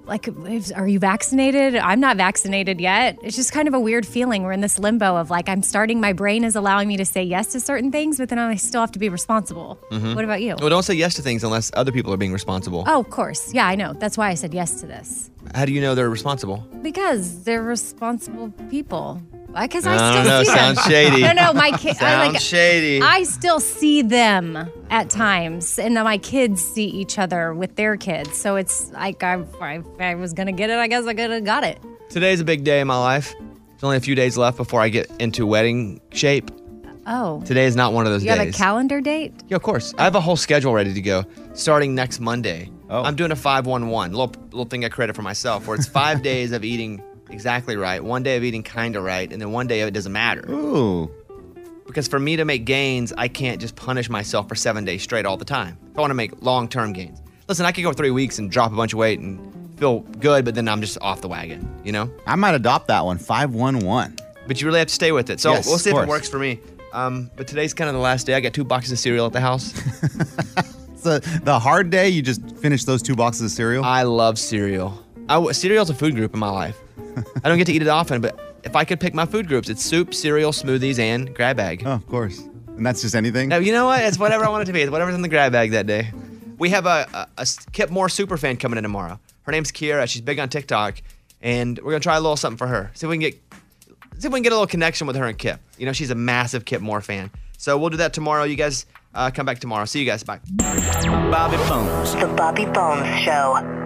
F: Like, if, are you vaccinated? I'm not vaccinated yet. It's just kind of a weird feeling. We're in this limbo of like, I'm starting. My brain is allowing me to say yes to certain things, but then I still have to be responsible.
D: Mhm.
F: What about you?
D: Well, don't say yes to things unless other people are being responsible.
F: Oh, of course. Yeah, I know. That's why I said yes to this
D: How do you know they're responsible?
F: because they're responsible people. Because I
D: No,
F: still
D: no, no,
F: see
D: sounds
F: them.
D: shady.
F: No, no, my kids. I
D: Sounds
F: like.
D: shady.
F: I still see them at times, and then my kids see each other with their kids. So it's like I, I, I was gonna get it. I guess I could have got it.
D: Today's a big day in my life. There's only a few days left before I get into wedding shape.
F: Oh,
D: Today is not one of those
F: you
D: days.
F: have a calendar date?
D: Yeah, of course. I have a whole schedule ready to go starting next Monday. Oh. I'm doing a 511, little, little thing I credit for myself, where it's five days of eating exactly right, one day of eating kind of right, and then one day it doesn't matter.
E: Ooh.
D: Because for me to make gains, I can't just punish myself for seven days straight all the time. If I want to make long term gains, listen, I could go three weeks and drop a bunch of weight and feel good, but then I'm just off the wagon, you know?
E: I might adopt that one. Five one one.
D: But you really have to stay with it. So
E: Yes,
D: we'll see
E: of
D: if it
E: course.
D: works for me. Um, but today's kind of the last day. I got two boxes of cereal at the house.
E: So the hard day, you just finish those two boxes of cereal.
D: I love cereal. I w- cereal's a food group in my life. I don't get to eat it often, but if I could pick my food groups, it's soup, cereal, smoothies, and grab bag.
E: Oh, of course. And that's just anything.
D: Now, you know what? It's whatever I want it to be. It's whatever's in the grab bag that day. We have a, a, a s- Kip Moore super fan coming in tomorrow. Her name's Kiera. She's big on TikTok, and we're gonna try a little something for her. See if we can get see if we can get a little connection with her and Kip. You know, she's a massive Kip Moore fan. So we'll do that tomorrow. You guys uh, come back tomorrow. See you guys. Bye.
B: Bobby Bones. The Bobby Bones Show.